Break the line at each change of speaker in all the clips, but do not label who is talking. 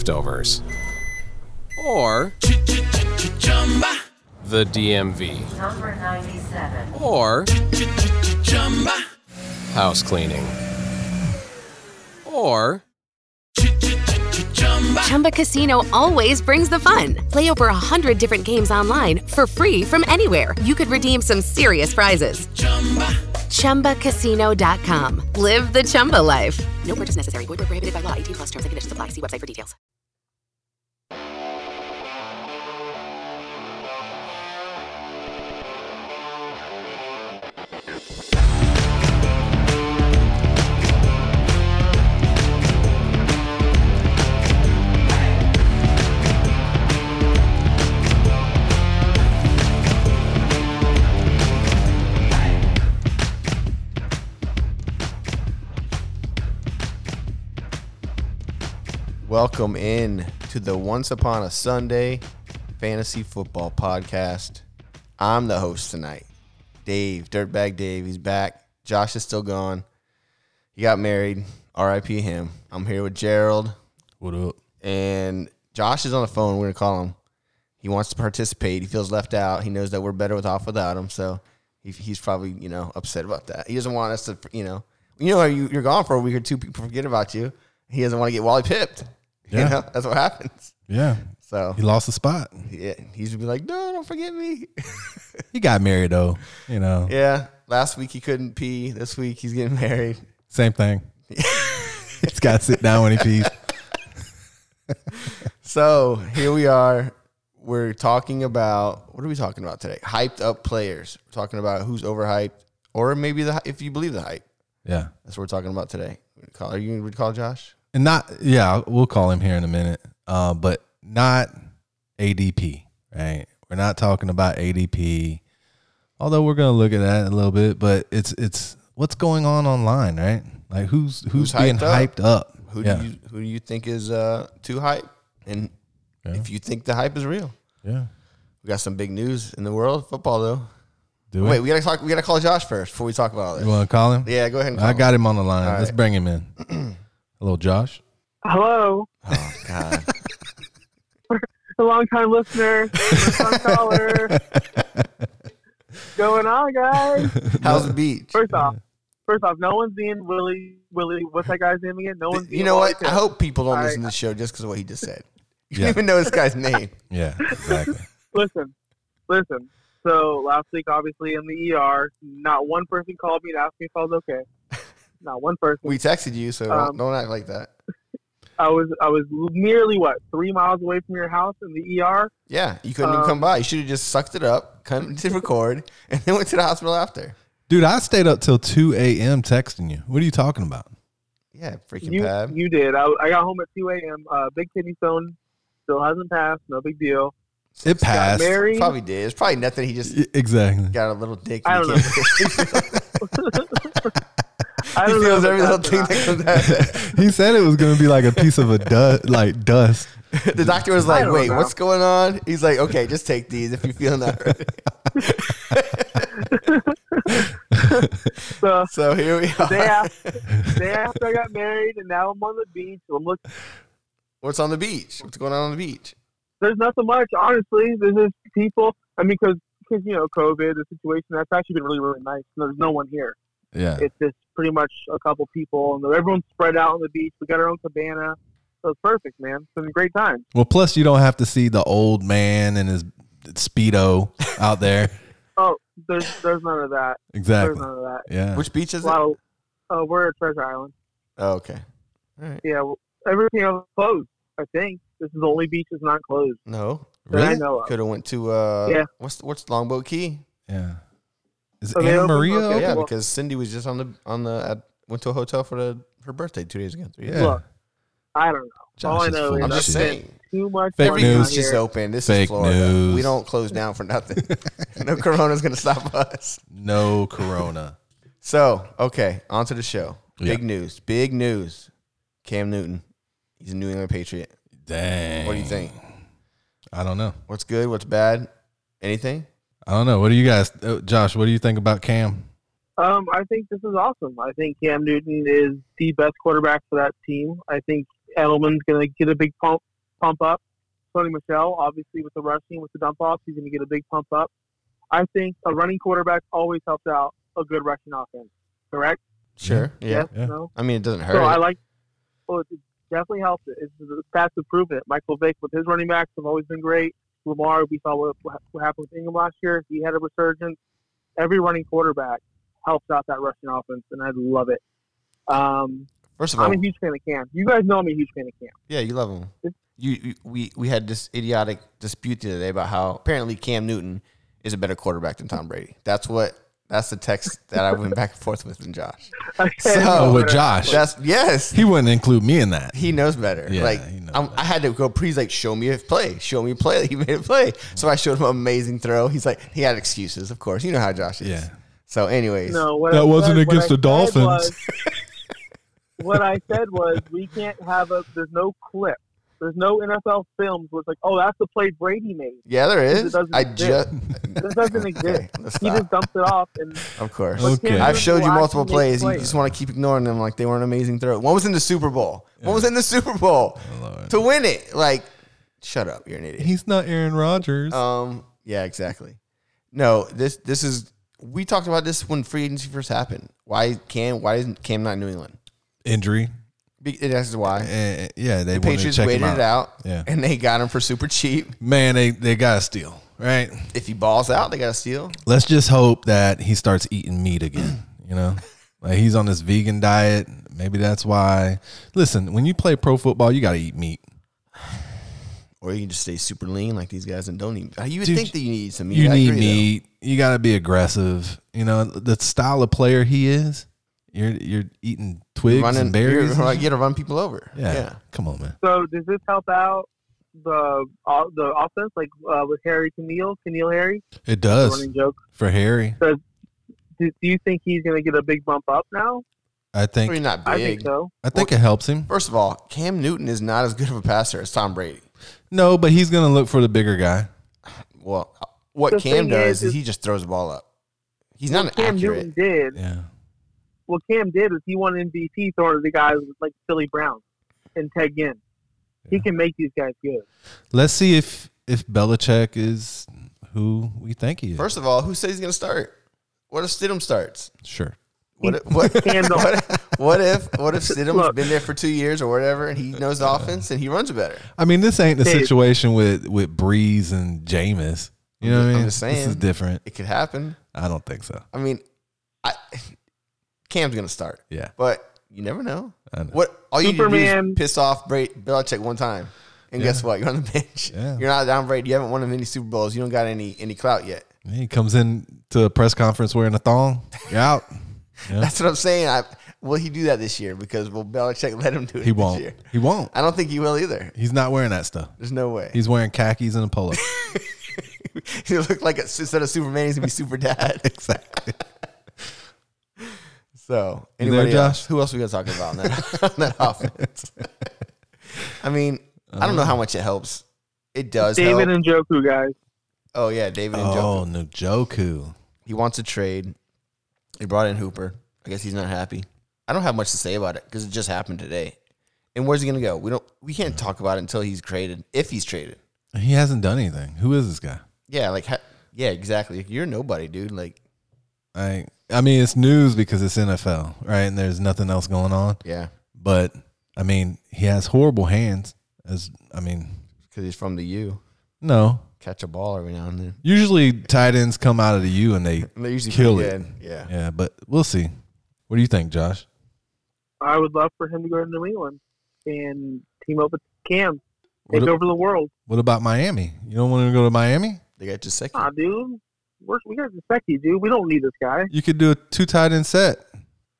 leftovers, or the DMV,
Number 97.
or house cleaning, or
Chumba Casino always brings the fun. Play over a hundred different games online for free from anywhere. You could redeem some serious prizes. ChumbaCasino.com. Live the Chumba life. No purchase necessary. Void where prohibited by law. 18 plus terms and conditions apply. See website for details.
Welcome in to the Once Upon a Sunday Fantasy Football Podcast. I'm the host tonight, Dave, Dirtbag Dave. He's back. Josh is still gone. He got married. RIP him. I'm here with Gerald,
What up?
and Josh is on the phone. We're going to call him. He wants to participate. He feels left out. He knows that we're better with off without him. So he, he's probably, you know, upset about that. He doesn't want us to, you know, you know, you, you're gone for a week or two. People forget about you. He doesn't want to get Wally pipped. You
Yeah.
know, that's what happens.
Yeah.
So
He lost the spot.
yeah, he used to be like, no, don't forget me.
He got married though. You know.
yeah. Last week he couldn't pee. This week he's getting married.
Same thing. He's got to sit down when he pees.
So here we are. We're talking about what are we talking about today? Hyped up players. We're talking about who's overhyped, or maybe the hy- if you believe the hype.
Yeah.
That's what we're talking about today. We're gonna Call, are you going to recall Josh?
And not yeah, we'll call him here in a minute. Uh, but not ADP, right? We're not talking about ADP. Although we're gonna look at that a little bit, but it's it's what's going on online, right? Like who's
Who's
who's, being
hyped
hyped up?
Who
yeah.
do you who do you think is uh, too hype, and
Yeah.
if you think the hype is real?
yeah.
We got some big news in the world of football though.
Do
Wait,
Wait,
we gotta talk. We gotta call Josh first before we talk about all
you
this.
wanna call him?
Yeah, go ahead. and call
I
him.
got him on the line.
All
Let's
right.
bring him in. Hello, Josh.
Hello,
Oh God.
a long-time listener, first-time caller. going on, guys?
How's the beach?
First off, first off, no one's being Willie. Willie, what's that guy's name again? No one's.
You
being
know
Willie
what? I
Pitt.
hope people don't
All
listen
right.
to the show just because of what he just said. You
Yeah.
don't even know this guy's name.
Yeah, exactly.
Listen, listen. So last week, obviously in the ER, not one person called me to ask me if I was okay. Not one person.
We texted you, so
Um,
don't, don't act like that.
I was, I was nearly what three miles away from your house in the ER.
Yeah, you couldn't even
um,
come by. You should have just sucked it up, come to record, and then went to the hospital after.
Dude, I stayed up till 2 a.m. texting you. What are you talking about?
Yeah, freaking
You,
Pab.
you did. I, I got home at two a.m. Uh, big kidney stone still hasn't passed. No big deal.
It
Got
passed.
married.
probably did. It's probably nothing. He just
Y- Exactly.
got a little dick.
I
and he
don't
can't-
I
he
don't know
feels
if
every
it's
little
happened or
thing
not.
that comes out. of
he said it was going to be like a piece of a dust, like dust.
it. The doctor was like,
don't
"Wait,
know.
what's going on?" He's like, "Okay, just take these if you feel not." Right.
So
So here we are.
day after, day after I got married, and now I'm on the beach. I'm look,
What's on the beach? What's going on on the beach?
there's nothing much, honestly. There's just people. I mean, because you know COVID, the situation. That's actually been really really nice. There's no one here.
Yeah.
It's just pretty much a couple people, and everyone's spread out on the beach. We got our own cabana, so it's perfect, man. It's been a great time.
Well, plus you don't have to see the old man and his speedo out there.
Oh, there's there's none of that. There's
Exactly.
none of that.
Yeah.
Which beach is
A
it?
lot of, uh, we're at Treasure Island.
Oh, okay. All right.
Yeah, well, everything else is closed. I think this is the only beach that's not closed
No,
that I
Really?
know of.
could have went to uh,
Yeah.
what's what's Longboat Key?
Yeah. Is
Are they
Anna
open?
Maria?
Okay.
open?
yeah,
well-
because Cindy was just on the on the at, went to a hotel for the, her birthday two days ago. Three days
Yeah.
ago.
Look, I don't know.
Josh
All I
is
know
full
is
of
I'm just
I've
shit.
been
saying.
too much.
Fake
going
Every
news.
on
beach is
here.
open. This is
Fake
Florida. We
news.
don't close down for nothing. no corona's gonna stop us.
No corona.
So okay, on to the show.
Yeah.
Big news. Big news. Cam Newton. He's a New England Patriot.
Dang.
What do you think?
I don't know.
What's good? What's bad? Anything?
I don't know. What do you guys, uh, Josh, what do you think about Cam?
Um, I think this is awesome. I think Cam Newton is the best quarterback for that team. I think Edelman's going to get a big pump pump up. Sonny Michelle, obviously, with the rushing, with the dump offs, he's going to get a big pump up. I think a running quarterback always helps out a good rushing offense. Correct?
Sure. Yeah.
Yes.
yeah.
No.
I mean, it doesn't hurt.
So Mm-hmm. I
it.
like. Well, it definitely helps. It. It's the stats have proven it. Michael Vick with his running backs have always been great. Lamar, we saw what, what happened with Ingram last year. He had a resurgence. Every running quarterback helps out that rushing offense, and I love it. Um,
First of all,
I'm a huge fan of Cam. You guys know I'm a huge fan of Cam.
yeah, you love him.
It's-
You, you we we had this idiotic dispute the other day about how apparently Cam Newton is a better quarterback than Tom Brady. That's what that's the text that I went back and forth with and Josh.
Okay.
Oh,
Oh,
with Josh,
That's yes.
he wouldn't include me in that.
He knows better.
Yeah,
like
he knows
I'm, I had to go. Please, like, show me a play. Show me a play. He made a play. So I showed him an amazing throw. He's like, he had excuses, of course. You know how Josh is.
Yeah.
So, anyways,
No, what
That
I
wasn't
said- what
against
I
the
said
Dolphins.
was- what I said was, we can't have a. There's no clip. There's no NFL films where it's like, oh, that's the play Brady made.
yeah, there is.
doesn't
I
exist.
just
This doesn't exist. He just dumps it off, and
Of course.
Okay. Cam
I've showed you
Newton will
multiple
actually
plays.
make
You just want to keep ignoring them like they were an amazing throw. One was in the Super Bowl. One was in the Super Bowl
Lord.
to win it. Like, shut up. You're an idiot.
He's not Aaron Rodgers.
Um. Yeah. Exactly. No. This. This is. We talked about this when free agency first happened. Why Cam? Why isn't Cam not in New England?
Injury.
Be- It asks why.
Eh, yeah, they
The
wanted
Patriots
to check
waited
him out.
it out,
Yeah.
and they got him for super cheap.
Man, they they got to steal, right?
If he balls out, they got to steal.
let's just hope that he starts eating meat again. You know, like he's on this vegan diet. Maybe that's why. Listen, when you play pro football, you got to eat meat.
Or you can just stay super lean like these guys and don't eat. You would
Dude,
think that you need some meat.
You
I
need
agree, though.
meat. You got to be aggressive. You know, the style of player he is. You're you're eating twigs
Running,
and berries.
you're,
and
you
shit.
got to run people over.
yeah.
yeah.
come on, man.
so does this help out the uh, the offense, like uh, with Harry Keneal, Keneal Harry,
It does
running joke?
for Harry.
Do, do you think he's going to get a big bump up now?
I
Probably
think
not
I think
big.
so.
I think it helps him.
First of all, Cam Newton is not as good of a passer as Tom Brady.
No, but he's gonna look for the bigger guy.
Well, what
The
Cam
thing
does is,
is, is-
he just throws the ball up. He's not
Cam
accurate.
Newton did.
Yeah,
What Cam did is he won MVP throwing to the guys like Philly Brown and Ted Ginn. He can make these guys good.
let's see if if Belichick is who we think he is.
First of all, who says he's going to start? What if Stidham starts?
sure.
What if, what,
Cam don't-
what, if- what if what if Stidham's
Look.
been there for two years or whatever, and he knows the offense and he runs better?
I mean, this ain't the
Dave.
situation with with Breeze and Jameis. You know what I
I'm
mean?
just
This
saying.
is different.
It could happen.
I don't think so.
I mean, I, Cam's going to start,
Yeah.
but you never know.
I know.
What all you need to do
Superman.
is piss off Bra- Belichick one time, and guess what? You're on the bench.
Yeah.
You're not down Brady. You haven't won any Super Bowls. You don't got any any clout yet.
He comes in to a press conference wearing a thong. You're out. Yeah.
That's what I'm saying. I, will he do that this year? Because will Belichick let him do it?
He
this
won't.
year?
He won't.
I don't think he will either.
He's not wearing that stuff.
There's no way.
He's wearing khakis and a polo.
he looked like a, instead of Superman, he's gonna be Super Dad. exactly. So,
You there,
anybody else?
Josh?
Who else we gonna talk about on that, on that offense? I mean, I don't know how much it helps. It does.
David
help.
and Joku guys.
oh yeah, David and
oh,
Joe.
no, Joku.
He wants a trade. He brought in Hooper. I guess he's not happy. I don't have much to say about it because it just happened today. And where's he gonna go? We don't. We can't talk about it until he's traded. If he's traded.
He hasn't done anything. Who is this guy?
Yeah, like ha- yeah, exactly. You're nobody, dude. Like
I I mean, it's news because it's NFL, right? And there's nothing else going on.
yeah,
But I mean, he has horrible hands. As I mean,
because he's from the U.
no.
Catch a ball every now and then.
Usually tight ends come out of the U and they
And they're usually
Kill
pretty
it.
good. Yeah.
Yeah, but we'll see. What do you think, Josh?
I would love for him to go to New England and team up with Cam,
What
take
a-
over the world.
What about Miami? You don't want to go to Miami?
they got just second.
Nah, dude. We're, we got Gasecki, dude. We don't need this guy.
You could do a two tight end set.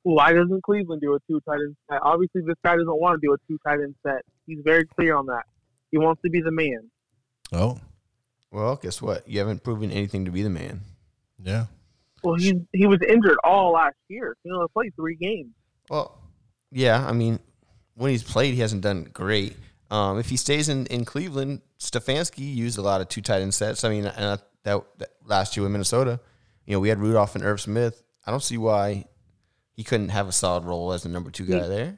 Why doesn't Cleveland do a two tight end set? Obviously, this guy doesn't want to do a two tight end set. He's very clear on that. He wants to be the man.
Oh,
Well, guess what? You haven't proven anything to be the man.
yeah.
Well, he he was injured all last year. He only played three games.
Well, yeah. I mean, when he's played, he hasn't done great. Um, if he stays in, in Cleveland, Stefanski used a lot of two tight end sets. I mean, and I, that, that last year with Minnesota, you know, we had Rudolph and Irv Smith. I don't see why he couldn't have a solid role as the number two guy there.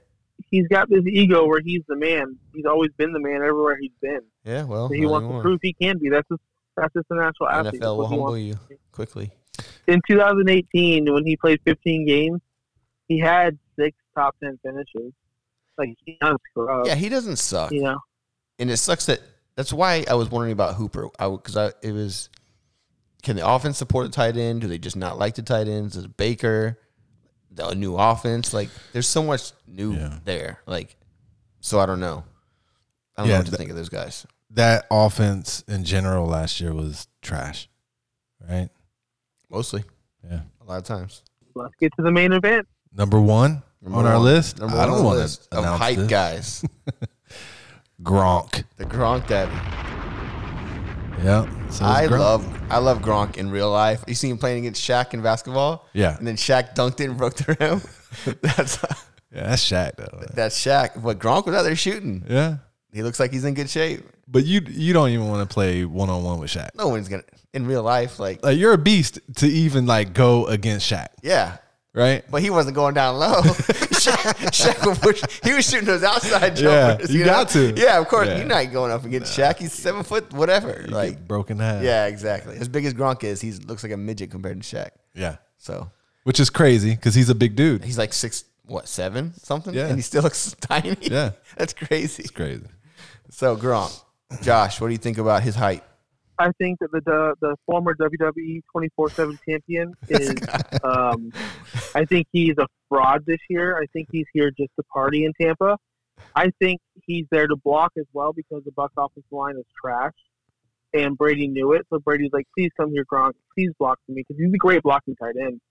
he's got this ego where he's the man. He's always been the man everywhere he's been.
Yeah, well,
So he
not
wants to
anymore.
prove he can be. That's just that's just a natural athlete. That's
NFL will
what he wants
humble you quickly.
in 2018 when he played 15 games, he had six top 10 finishes. Like he does scrub,
Yeah, he doesn't suck,
you know.
and it sucks that. That's why I was wondering about Hooper. I because I it was, can the offense support the tight end? Do they just not like the tight ends? Is Baker the new offense? Like, there's so much new
Yeah.
there. Like, so I don't know. I don't
Yeah,
know what to
th-
think of those guys.
That offense in general last year was trash, right?
Mostly,
Yeah.
a lot of times.
Let's get to the main event.
Number one
Number
on our
one-
list.
number
I
one on
don't
the
want
list
to
of
announce
hype
this.
guys.
Gronk.
The Gronk Daddy.
Yeah. So
I
it's Gronk.
love I love Gronk in real life. You see him playing against Shaq in basketball.
Yeah.
And then Shaq dunked it and broke the rim. that's
Yeah, that's Shaq though.
that's Shaq. But Gronk was out there shooting.
Yeah.
He looks like he's in good shape.
But you you don't even want to play one on one with Shaq.
No one's gonna in real life, like
Like you're a beast to even like go against Shaq,
yeah.
right?
But he wasn't going down low. Shaq, Shaq would push. He was shooting those outside
Yeah,
jumpers.
you got to.
Yeah, of course.
Yeah.
You're not going up against Shaq. He's seven foot, whatever.
You
Like,
get broken half.
yeah, exactly. As big as Gronk is, he looks like a midget compared to Shaq.
Yeah.
So
Which is crazy because he's a big dude.
He's like six, what, seven, something?
Yeah.
And he still looks tiny.
Yeah.
That's crazy.
It's crazy.
So, Gronk, Josh, what do you think about his height?
I think that the the, the former WWE 24/7 champion is. um, I think he's a fraud this year. I think he's here just to party in Tampa. I think he's there to block as well because the Bucks offensive line is trash, and Brady knew it. So Brady's like, "Please come here, Gronk. Please block for me because he's a great blocking tight end."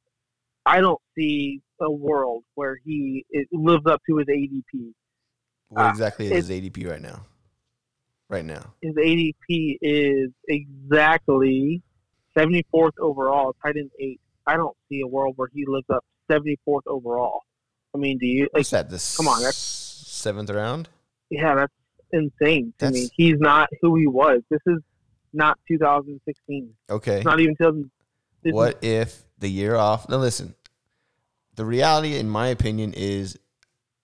I don't see a world where he it lives up to his ADP.
What
Ah,
exactly is his ADP right now? Right now.
his ADP is exactly 74th overall, tight end eight. I don't see a world where he lives up 74th overall. I mean, do you? Like,
What's that? This
come on, that's-
seventh round?
yeah, that's insane to me.
That's-
He's not who he was. This is not 2016.
Okay.
It's not even 2000. this is-
What if the year off? Now, listen, the reality, in my opinion, is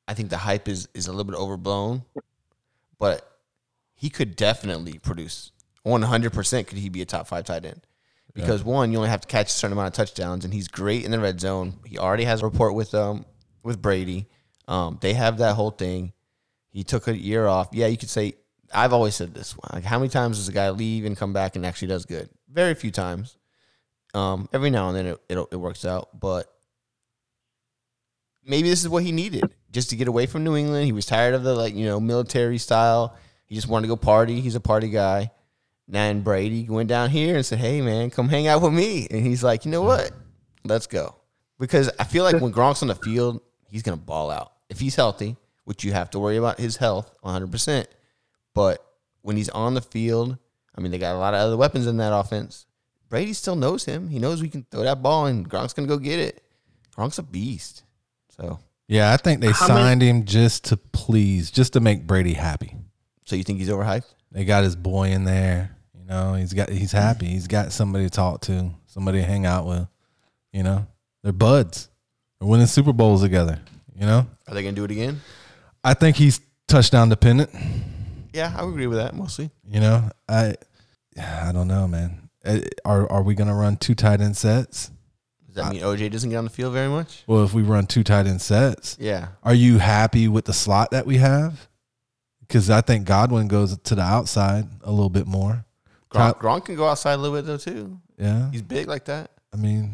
I think the hype is, is a little bit overblown, but he could definitely produce 100% could he be a top five tight end. Because one, you only have to catch a certain amount of touchdowns, and he's great in the red zone. He already has a report with um with Brady. Um, they have that whole thing. He took a year off. Yeah, you could say I've always said this. Like, how many times does a guy leave and come back and actually does good? Very few times. Um, every now and then it it'll, it works out, but maybe this is what he needed just to get away from New England. He was tired of the like you know military style. He just wanted to go party. He's a party guy. And Brady went down here and said, "Hey man, come hang out with me." And he's like, "You know what? Let's go." Because I feel like when Gronk's on the field, he's gonna ball out if he's healthy, which you have to worry about his health 100. percent But when he's on the field, I mean, they got a lot of other weapons in that offense. Brady still knows him. He knows we can throw that ball, and Gronk's gonna go get it. Gronk's a beast. So,
Yeah, I think they
How many-
signed him just to please, just to make Brady happy.
so you think he's overhyped?
They got his boy in there. You know, he's got he's happy. He's got somebody to talk to, somebody to hang out with. You know, they're buds. They're winning Super Bowls together. You know,
Are they gonna do it again?
I think he's touchdown dependent.
Yeah, I would agree with that mostly.
You know, I I don't know, man. Eh, Are are we gonna run two tight end sets?
Does that mean OJ doesn't get on the field very much?
Well, if we run two tight end sets,
Yeah,
Are you happy with the slot that we have? Because I think Godwin goes to the outside a little bit more.
Gronk,
Top-
Gronk can go outside a little bit though too.
Yeah.
He's big like that.
I mean,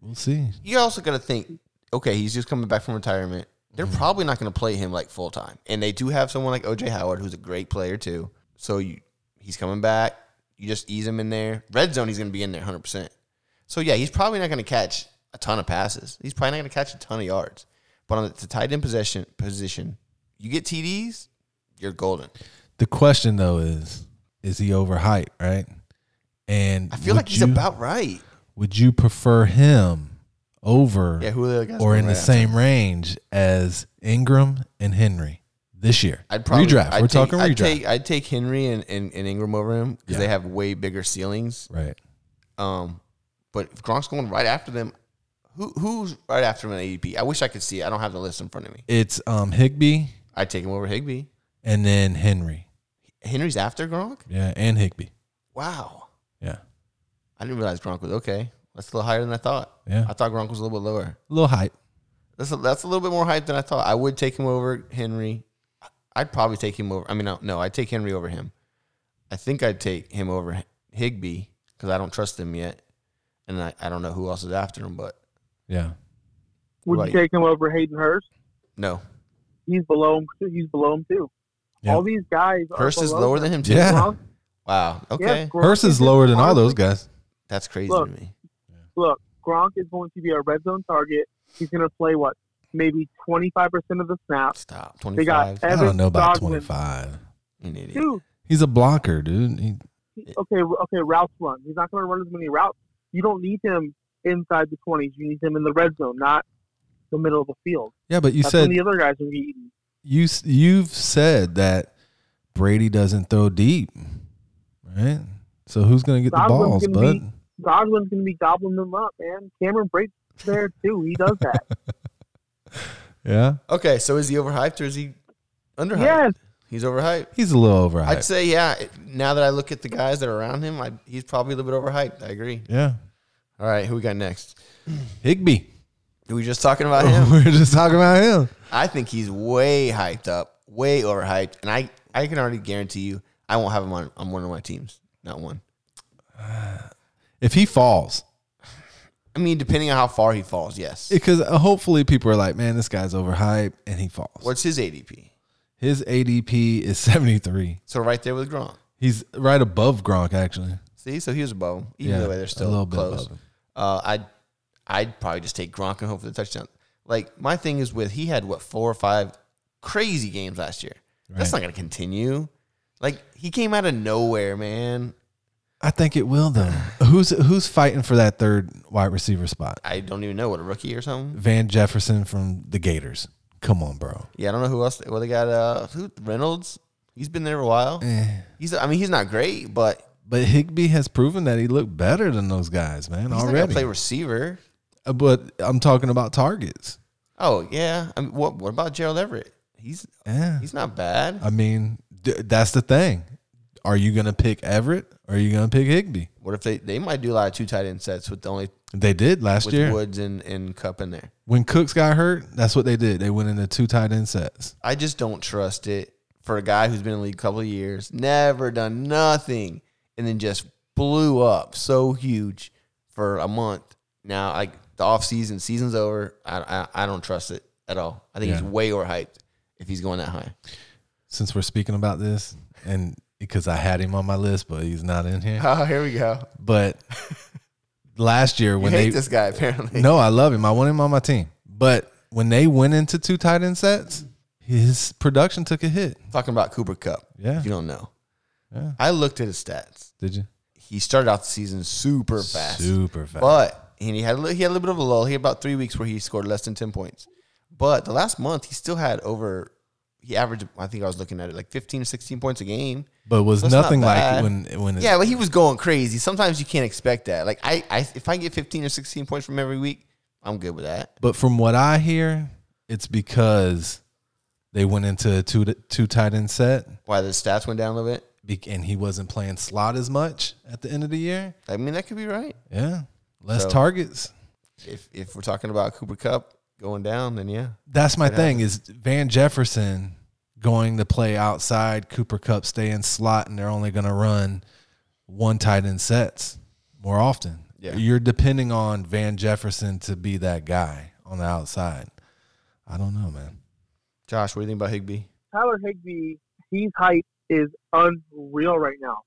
we'll see.
You also got to think. Okay, he's just coming back from retirement. They're
Mm-hmm.
probably not going to play him like full time, and they do have someone like OJ Howard, who's a great player too. So you, he's coming back. You just ease him in there. Red zone, he's going to be in there 100. percent So yeah, he's probably not going to catch a ton of passes. He's probably not going to catch a ton of yards. But on the, the tight end possession position, you get TDs, you're golden.
The question though is, is he overhyped, right? And
I feel
would
like he's
you-
about right.
Would you prefer him over
Yeah, Julio Gaskin
or in
right
the
after.
same range as Ingram and Henry this year?
I'd probably
redraft.
I'd
We're
take,
talking
I'd
redraft,
Take, I'd take Henry and, and, and Ingram over him because
Yeah.
they have way bigger ceilings.
right?
Um, but if Gronk's going right after them, Who who's right after him in ADP? I wish I could see. it. I don't have the list in front of me.
It's um Higby
I take him over Higby.
and then Henry.
Henry's after Gronk.
Yeah, and Higby.
Wow.
Yeah.
I didn't realize Gronk was okay. That's a little higher than I thought.
Yeah.
I thought Gronk was a little bit lower.
A little hype.
That's a, that's a little bit more hype than I thought. I would take him over Henry. I'd probably take him over. I mean, no, no I'd take Henry over him. I think I'd take him over Higby because I don't trust him yet, and I, I don't know who else is after him. But
Yeah.
Would
Right.
you take him over Hayden Hurst?
no,
He's below him. too. He's below him too.
Yeah.
All these guys. are
Hurst is
below
lower
him.
than him too.
Yeah.
Gronk-
Wow.
yeah,
Okay.
Gronk
Hurst is
just-
lower than all those
honestly,
guys.
That's crazy
Look.
to me.
Look, Gronk is going to be a red zone target. He's going to play what, maybe twenty five percent of the snaps.
Stop.
They
Twenty
got
five.
I
Evans,
don't know about
Godwin.
twenty five.
An idiot.
Dude,
He's a blocker, dude. He,
okay, okay, routes run. He's not going to run as many routes. You don't need him inside the twenties. You need him in the red zone, not the middle of the field.
yeah, but you
That's
said
when the other guys are gonna be eaten.
you s- you've said that Brady doesn't throw deep, right? So who's gonna get the
Godwin's
balls,
gonna
bud?
be- Godwin's going to be gobbling them up, man. Cameron breaks there too. He does that.
Yeah,
Okay. So is he overhyped or is he underhyped?
yes,
He's overhyped.
he's a little overhyped.
I'd say yeah. it- Now that I look at the guys that are around him, I, he's probably a little bit overhyped. I agree.
yeah,
All right, who we got next?
Higby.
Were we just talking about him?
We're just talking about him.
I think he's way hyped up, way overhyped, and I I can already guarantee you I won't have him on, on one of my teams. Not one.
If he falls,
I mean, depending on how far he falls, yes.
because uh, hopefully people are like, man, this guy's overhyped, and he falls.
What's his ADP?
His ADP is seventy three.
So right there with Gronk.
He's right above Gronk, actually.
See, so he was above him. Either
Yeah,
way, they're
a
still
little bit
close.
above him.
Uh, I'd I'd probably just take Gronk and hope for the touchdown. Like my thing is with he had what four or five crazy games last year. That's not
Right.
going to continue. Like he came out of nowhere, man.
I think it will though. who's who's fighting for that third wide receiver spot?
I don't even know what a rookie or something.
Van Jefferson from the Gators. Come on, bro.
Yeah, I don't know who else. Well, they got uh who Reynolds. He's been there a while.
Eh.
He's I mean he's not great, but
But Higby has proven that he looked better than those guys, man,
he's not going to
already.
play receiver.
Uh, but I'm talking about targets.
Oh yeah. I mean, what what about Gerald Everett? He's
Yeah.
he's not bad.
I mean, d- that's the thing. Are you going to pick Everett or are you going to pick Higby?
What if they they might do a lot of two tight end sets with the only
They did last
with
year.
Woods and, and Cup in there.
When Cooks got hurt, that's what they did. They went into two tight end sets.
I just don't trust it for a guy who's been in the league a couple of years, never done nothing, and then just blew up so huge for a month. Now, like the off season, season's over. I I, I don't trust it at all. I think he's
Yeah.
way overhyped if he's going that high.
Since we're speaking about this, and because I had him on my list, but he's not in here.
Oh, here we go.
But last year
You
when
hate
they
this guy apparently.
No, I love him. I want him on my team. But when they went into two tight end sets, his production took a hit.
talking about Cooper Cup.
Yeah.
if you don't know.
Yeah.
I looked at his stats.
Did you?
He started out the season super fast.
Super fast.
But and he had a little, he had a little bit of a lull. He had about three weeks where he scored less than ten points. But the last month he still had over. He averaged, I think I was looking at it, like 15 or 16 points a game.
but was
That's not
nothing
bad.
like when when it's,
Yeah, but he was going crazy. Sometimes you can't expect that. Like I, I if I get 15 or 16 points from every week, I'm good with that.
But from what I hear, it's because they went into a two two tight end set
Why the stats went down a little bit?
be- and he wasn't playing slot as much at the end of the year.
I mean, that could be right.
Yeah. Less
So-
targets.
If if we're talking about Cooper Cup going down, then yeah.
That's my thing is Van Jefferson going to play outside, Cooper Cup staying slot, and they're only going to run one tight end sets more often.
Yeah.
You're depending on Van Jefferson to be that guy on the outside. I don't know, man.
Josh, what do you think about Higby?
Tyler Higby, his hype is unreal right now.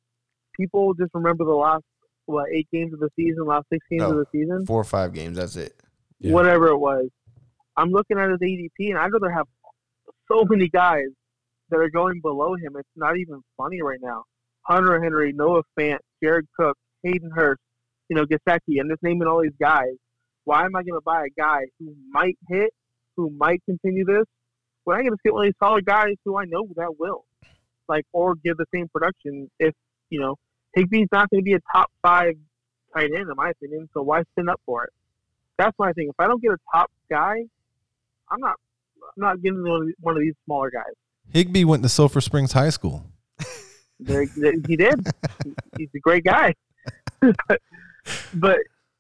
People just remember the last what eight games of the season, last six games
No.
of the season,
Four or five games. That's it.
Yeah.
whatever it was. I'm looking at his ADP, and I'd rather have so many guys that are going below him. It's not even funny right now. Hunter Henry, Noah Fant, Jared Cook, Hayden Hurst, you know Gasecki. I'm just naming all these guys. Why am I going to buy a guy who might hit, who might continue this, when I can just get one of these solid guys who I know that will, like, or give the same production if you know Higby's not going to be a top five tight end in my opinion. So why spend up for it? That's my thing. If I don't get a top guy, I'm not. I'm not getting one of these- one of these smaller guys.
Higby went to Sulphur Springs High School.
There, there- he did. he's a great guy. but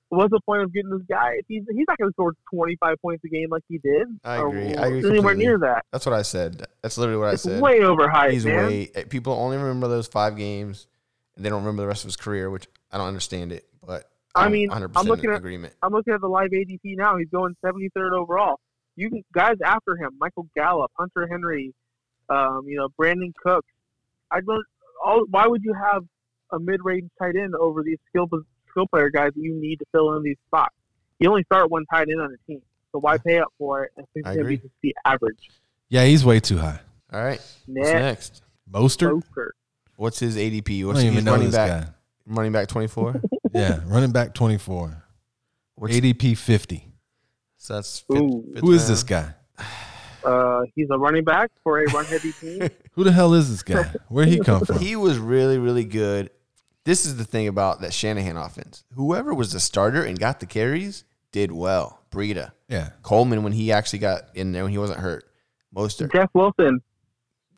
what's the point of getting this guy if he's he's not going to score 25 points a game like he did?
I
or
agree. I agree
Anywhere
completely.
near that.
That's what I said. That's literally what I
It's
said.
way overhyped,
He's
man.
way eh, people only remember those five games, and they don't remember the rest of his career, which I don't understand it. But
I
I'm
mean, I'm
100%
looking
in
at-
agreement.
I'm looking at the live ADP now. He's going 73rd overall. You can, guys after him, Michael Gallup, Hunter Henry, um, you know Brandon Cook. I'd learn, all. Why would you have a mid-range tight end over these skill skill player guys that you need to fill in these spots? You only start one tight end on a team, so why pay up for it? if it's
I
going to
agree.
be just the average.
Yeah, he's way too high.
All right, what's
Net
next?
Mostert.
poker.
What's his ADP?
I
What's
don't
his
even know
running
this
back?
guy.
Running back 24.
Yeah, running back 24.
What's,
ADP 50.
so that's fifth,
Ooh.
fifth
Who is
round.
this guy?
Uh, he's a running back for a run-heavy team.
Who the hell is this guy? Where'd he come from?
He was really, really good. This is the thing about that Shanahan offense. Whoever was the starter and got the carries did well. Breida,
Yeah.
Coleman, when he actually got in there when he wasn't hurt, Mostert,
Jeff Wilson.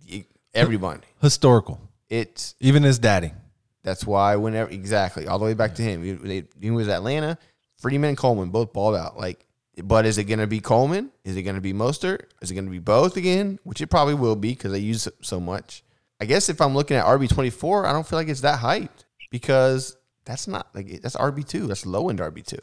e- everyone.
Historical.
It's
Even his daddy.
that's why whenever exactly all the way back to him. He- They, he was Atlanta. Freeman and Coleman both balled out. Like, but is it going to be Coleman? Is it going to be Mostert? Is it going to be both again? Which it probably will be because they use it so much. I guess if I'm looking at RB twenty four, I don't feel like it's that hyped because that's not like that's RB two. That's low end RB two.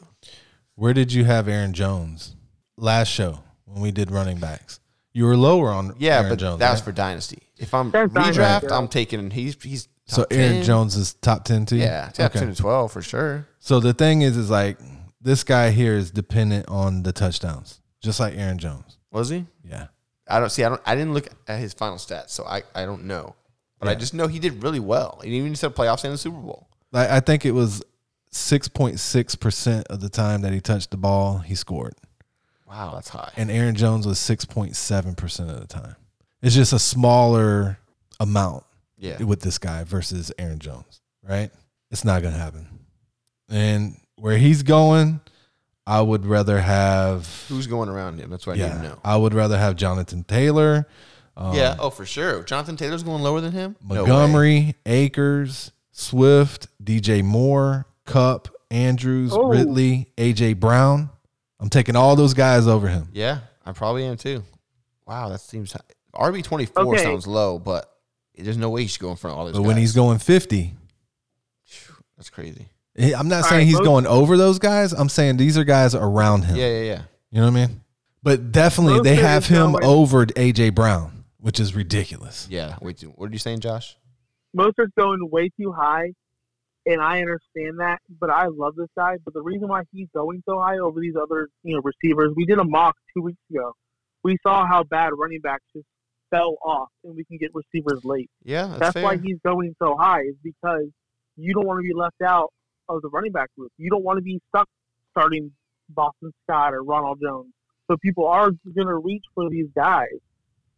Where did you have Aaron Jones last show when we did running backs? You were lower on
Yeah,
Aaron
but
Jones.
that's
right?
for dynasty. If I'm
That's
redraft,
dynasty, yeah.
I'm taking he's he's
so
top
Aaron
10.
Jones is top ten too.
Yeah, top
Okay.
ten to twelve for sure.
So the thing is, is like this guy here is dependent on the touchdowns, just like Aaron Jones.
Was he?
Yeah.
I don't see. I don't. I didn't look at his final stats, so I, I don't know. But I
Yeah.
just know he did really well, and even to the playoffs and the Super Bowl.
Like I think it was six point six percent of the time that he touched the ball, he scored.
Wow, that's high.
And Aaron Jones was six point seven percent of the time. It's just a smaller amount
Yeah,
with this guy versus Aaron Jones, right? It's not gonna happen. And where he's going, I would rather have
who's going around him? That's what I need to
yeah,
know.
I would rather have Jonathan Taylor, um,
yeah, oh for sure. Jonathan Taylor's going lower than him. No way.
Montgomery, Akers, Swift, DJ Moore, Cup, Andrews,
Oh.
Ridley, AJ Brown. I'm taking all those guys over him.
Yeah, I probably am too. Wow, that seems high. RB twenty four
Okay.
sounds low, but there's no way he should go in front of all those.
But when
guys.
he's going 50,
that's crazy.
eh, I'm not
All
saying
right,
he's
most-
going over those guys. I'm saying these are guys around him.
Yeah, yeah, yeah.
You know what I mean? But definitely
Most
they
of it
have
is now
him
like-
over AJ Brown, which is ridiculous.
Yeah. Wait, what are you saying, Josh?
Mostert's going way too high, and I understand that, but I love this guy. But the reason why he's going so high over these other you know receivers, we did a mock two weeks ago. We saw how bad running backs just fell off, and we can get receivers late.
Yeah, that's,
That's,
fair.
why he's going so high is because you don't want to be left out of the running back group. You don't want to be stuck starting Boston Scott or Ronald Jones. So people are going to reach for these guys.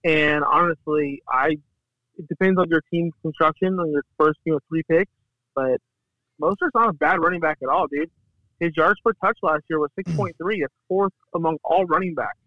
And honestly, I it depends on your team construction on your first you know three picks, but Mostert's not a bad running back at all, dude. His yards per touch last year was six point three. That's fourth among all running backs.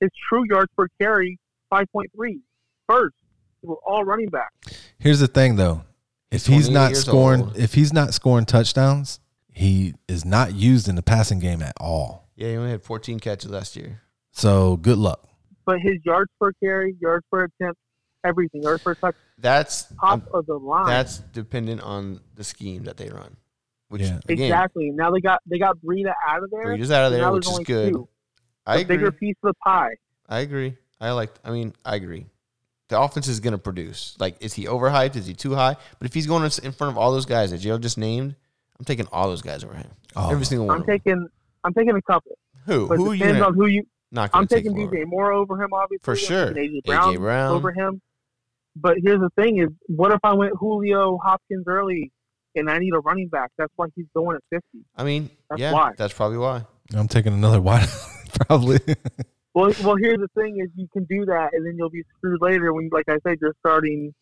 His true yards per carry five point three. First, were all running backs.
Here's the thing though. If
He's
he's
28
not
years
scoring
old.
if he's not scoring touchdowns, he is not used in the passing game at all.
yeah, he only had fourteen catches last year.
So good luck.
but his yards per carry, yards per attempt, everything, yards per touch,
That's
top of the line.
That's dependent on the scheme that they run. Which
Yeah.
again,
exactly. Now they got they got Breida out of there.
Brees out of
so now
there, which is
there's only
good.
two.
I
a
agree.
bigger piece of the pie.
I agree. I like. I mean, I agree. The offense is going to produce. Like, is he overhyped? Is he too high? But if he's going in front of all those guys that Jail just named, I'm taking all those guys over him.
Oh.
Every single one.
I'm
of them.
taking I'm taking a couple,
who?
but
Who are you
it depends
gonna-
on who you.
not going
I'm
to take
taking
him over?
DJ Moore over him, obviously.
For
I'm
sure.
taking AJ
AJ
Brown,
Brown.
over him. But here's the thing: is what if I went Julio Hopkins early, and I need a running back? That's why he's going at 50.
I mean,
That's
yeah,
why.
that's probably why.
I'm taking another wide probably.
Well, well, here's the thing: is you can do that, and then you'll be screwed later when, like I said, you're starting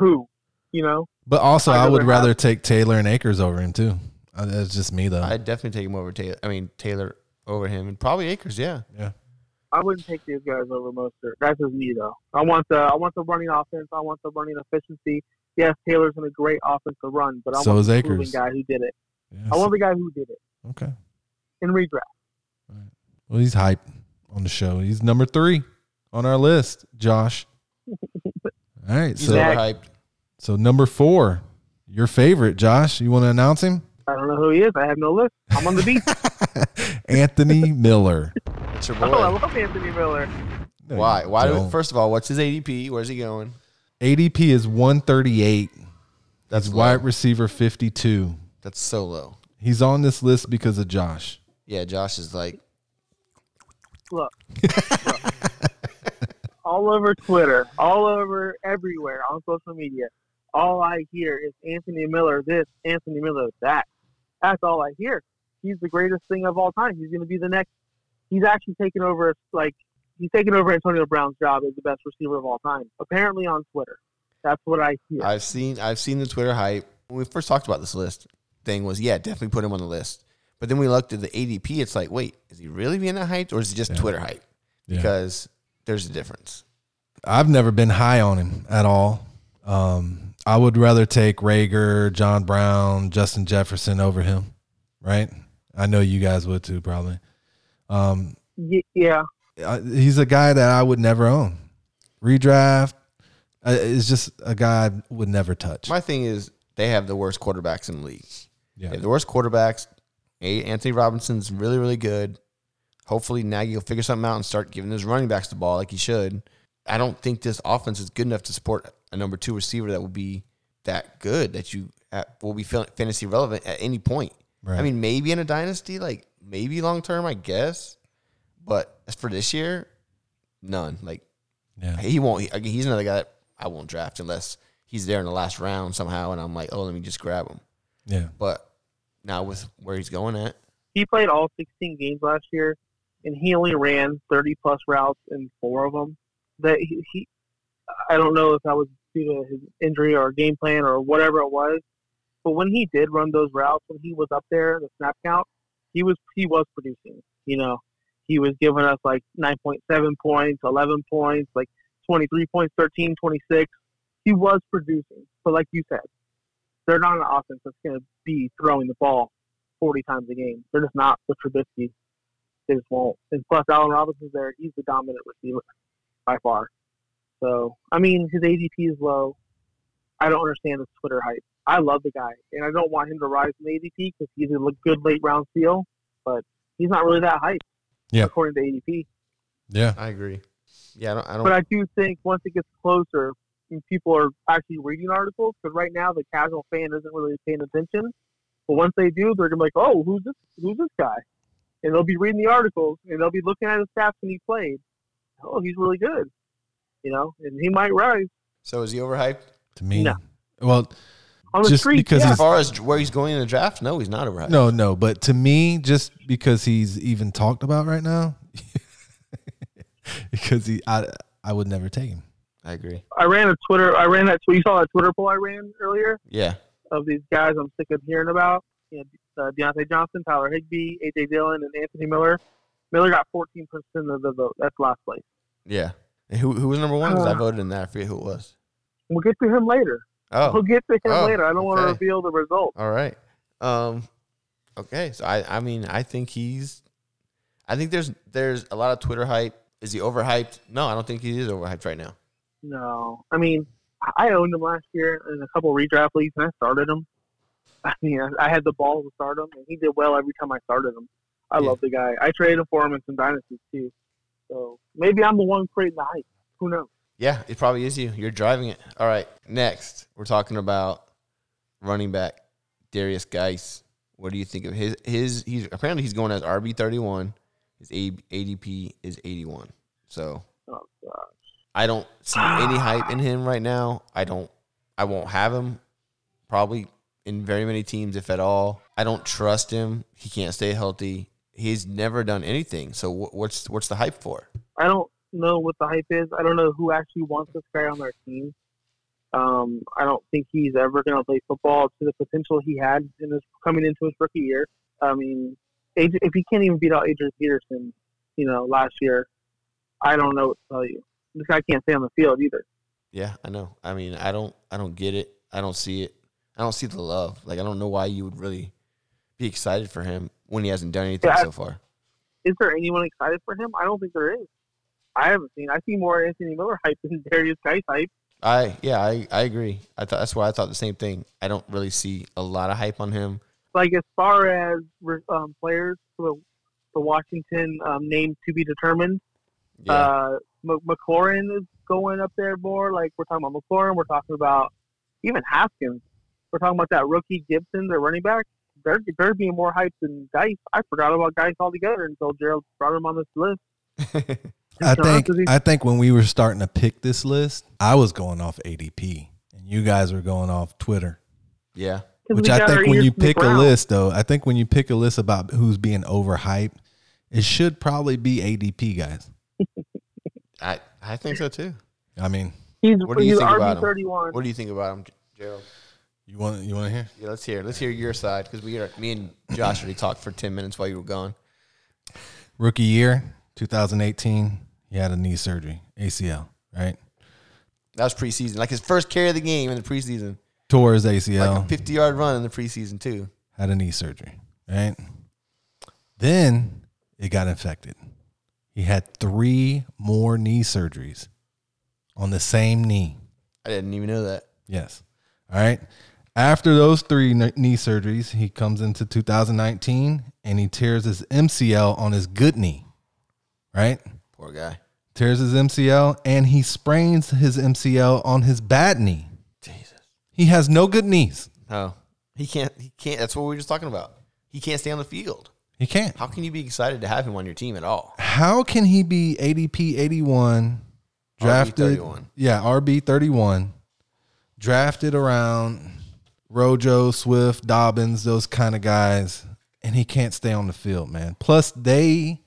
who, you know.
But also
I'd
I would
rather
rather take Taylor and Akers over him too. Uh, That's just me though.
I'd definitely take him over Taylor. I mean, Taylor over him, and probably Akers. Yeah,
I wouldn't take these guys over Mostert. That's just me though. I want the I want the running offense. I want the running efficiency. Yes, Taylor's in a great offense to run, but I
So
want
is
the proven
Akers.
guy who did it.
Yeah,
I want the guy who did it
okay.
in redraft.
Well, he's hype on the show. He's number three on our list, Josh. All right.
he's
So,
overhyped.
so number four, your favorite, Josh. You want to announce him?
I don't know who he is. I have no list. I'm on the beach.
Anthony Miller.
It's your
oh, I
boy.
love Anthony Miller.
No,
Why?
you
Why? Do,
don't.
first of all, what's his ADP? Where's he going?
ADP is 138.
That's
He's
low.
wide receiver 52.
That's so low.
He's on this list because of Josh.
Yeah, Josh is like,
Look, look. all over Twitter, all over everywhere on social media. All I hear is Anthony Miller this, Anthony Miller that. That's all I hear. He's the greatest thing of all time. He's going to be the next. He's actually taken over like he's taken over Antonio Brown's job as the best receiver of all time. Apparently on Twitter, that's what I hear.
I've seen, I've seen the Twitter hype. When we first talked about this list, thing was, yeah, definitely put him on the list. But then we looked at the ADP. It's like, wait, is he really being that hyped, or is he just
Yeah.
Twitter hype?
Yeah.
Because there's a difference.
I've never been high on him at all. Um, I would rather take Rager, John Brown, Justin Jefferson over him, right? I know you guys would too, probably. Um,
Y- yeah,
I, he's a guy that I would never own. Redraft uh, is just a guy I would never touch.
My thing is, they have the worst quarterbacks in the league.
yeah.
They have the worst quarterbacks. A- Anthony Robinson's really, really good. Hopefully, Nagy will figure something out and start giving those running backs the ball like he should. I don't think this offense is good enough to support a number two receiver that will be that good that you at, will be fan- fantasy relevant at any point.
Right.
I mean, maybe in a dynasty, like maybe long term, I guess. But as for this year, none. Like
yeah.
he won't. He, again, he's another guy that I won't draft unless he's there in the last round somehow, and I'm like, oh, let me just grab him.
Yeah.
But now with where he's going at,
he played all 16 games last year, and he only ran 30 plus routes in four of them. That he, he I don't know if that was due to his injury or game plan or whatever it was, but when he did run those routes, when he was up there, the snap count, he was he was producing. You know, he was giving us like 9.7 points, 11 points, like 23 points, 13, 26. He was producing, but like you said, they're not an offense that's going to be throwing the ball 40 times a game. They're just not with Trubisky. They just won't. And plus, Allen Robinson's there. He's the dominant receiver by far. So, I mean, his ADP is low. I don't understand this Twitter hype. I love the guy, and I don't want him to rise in ADP because he's a l- good late round steal, but he's not really that hype
Yeah.
according to ADP.
Yeah.
I agree. Yeah, I don't. I don't
But I do think once it gets closer and people are actually reading articles, because right now the casual fan isn't really paying attention. But once they do, they're gonna be like, "Oh, who's this? Who's this guy?" And they'll be reading the articles and they'll be looking at his stats when he played. Oh, he's really good, you know, and he might rise
so is he overhyped?
To me.
No.
Well,
on the
Just
street.
because
yeah.
As far as where he's going in the draft, no, he's not overhyped.
no, no. But to me, just because he's even talked about right now, because he, I, I would never take him.
I agree.
I ran a Twitter. I ran that. You saw that Twitter poll I ran earlier.
Yeah,
of these guys I'm sick of hearing about. You know, uh, Deontay Johnson, Tyler Higbee, AJ Dillon, and Anthony Miller. Miller got 14% of the vote. That's last place.
yeah. And who who was number one? 'Cause I voted in that. I forget who it was.
We'll get to him later. We'll
Oh,
get to him
Oh,
later. I don't want to
okay. Oh.
reveal the result.
all right. Um, okay. So I I mean I think he's, I think there's there's a lot of Twitter hype. Is he overhyped? No, I don't think he is overhyped right now.
No, I mean, I- I owned him last year in a couple redraft leagues, and I started him. I mean, I- I had the balls to start him, and he did well every time I started him. I
Yeah.
love the guy. I traded him for him in some dynasties too. So maybe I'm the one creating the hype. Who knows?
Yeah, it probably is you. You're driving it. All right. Next, we're talking about running back Darius Geis. What do you think of his? His he's apparently he's going as RB thirty one. His A- ADP is eighty one. So
Oh, God.
I don't see any hype in him right now. I don't. I won't have him probably in very many teams, if at all. I don't trust him. He can't stay healthy. He's never done anything. So wh- what's what's the hype for?
I don't know what the hype is. I don't know who actually wants this guy on their team. Um, I don't think he's ever going to play football to the potential he had in his coming into his rookie year. I mean, Ad- if he can't even beat out Adrian Peterson, you know, last year, I don't know what to tell you. This guy can't stay on the field either.
Yeah, I know. I mean, I don't I don't get it. I don't see it. I don't see the love. Like I don't know why you would really be excited for him when he hasn't done anything
Yeah, I-
so far.
Is there anyone excited for him? I don't think there is. I haven't seen. I see more Anthony Miller hype than Darius Guy hype.
I yeah, I, I agree. I thought that's why I thought the same thing. I don't really see a lot of hype on him.
Like as far as re- um, players, the, the Washington um, name to be determined.
Yeah.
Uh, M- McLaurin is going up there more. Like we're talking about McLaurin, we're talking about even Haskins. We're talking about that rookie Gibson, their running back. They're they're being more hyped than Dice. I forgot about Dice altogether until Gerald brought him on this list.
I
John,
think
does he-
I think when we were starting to pick this list, I was going off ADP, and you guys were going off Twitter.
yeah.
'Cause
Which
we
I
got our
think when
ears
you
to the
pick a
ground.
list, though, I think when you pick a list about who's being overhyped, it should probably be ADP guys.
I I think so too.
I mean,
he's,
what do you
he's
think about him?
RB thirty one.
What do you think about him, G- Gerald?
you want you want to hear?
Yeah, let's hear. Let's hear your side because we are, me and Josh already talked for ten minutes while you were gone.
rookie year, 2018, he had a knee surgery, ACL, right?
That was preseason, like his first carry of the game in the preseason,
Tore his ACL,
like a fifty-yard run in the preseason too.
had a knee surgery, right? Then it got infected. He had three more knee surgeries on the same knee.
I didn't even know that.
Yes. All right. After those three kn- knee surgeries, he comes into 2019 and he tears his MCL on his good knee, right?
Poor guy.
Tears his MCL and he sprains his MCL on his bad knee.
Jesus.
He has no good knees.
Oh, he can't. He can't. That's what we were just talking about. He can't stay on the field.
He can't.
How can you be excited to have him on your team at all?
How can he be ADP 81 drafted?
RB31.
Yeah, RB 31 drafted around Rojo, Swift, Dobbins, those kind of guys, and he can't stay on the field, man. Plus, they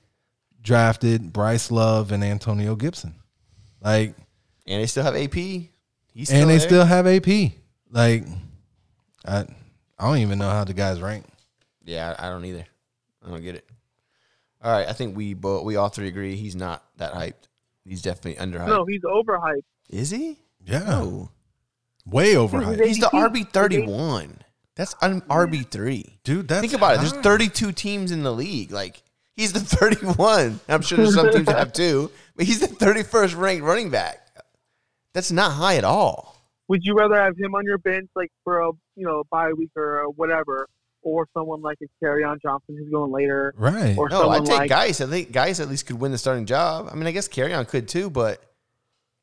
drafted Bryce Love and Antonio Gibson. Like,
And they still have AP. He's still
and they
there.
still have AP. Like, I, I don't even know how the guys rank.
Yeah, I I don't either. I don't get it. All right, I think we both we all three agree he's not that hyped. He's definitely underhyped.
No, he's overhyped.
Is he?
Yeah.
No.
Way overhyped.
He's the RB thirty one. That's an RB three.
Dude, that's
Think about it. There's
high.
32 teams in the league. Like he's the 31. I'm sure there's some teams that have two, but he's the 31st ranked running back. That's not high at all.
Would you rather have him on your bench, like for a you know bye week or whatever, or someone like a on Johnson who's going later,
Right.
or
No,
someone
I take
like
guys. I think guys at least could win the starting job. I mean, I guess Carryon could too, but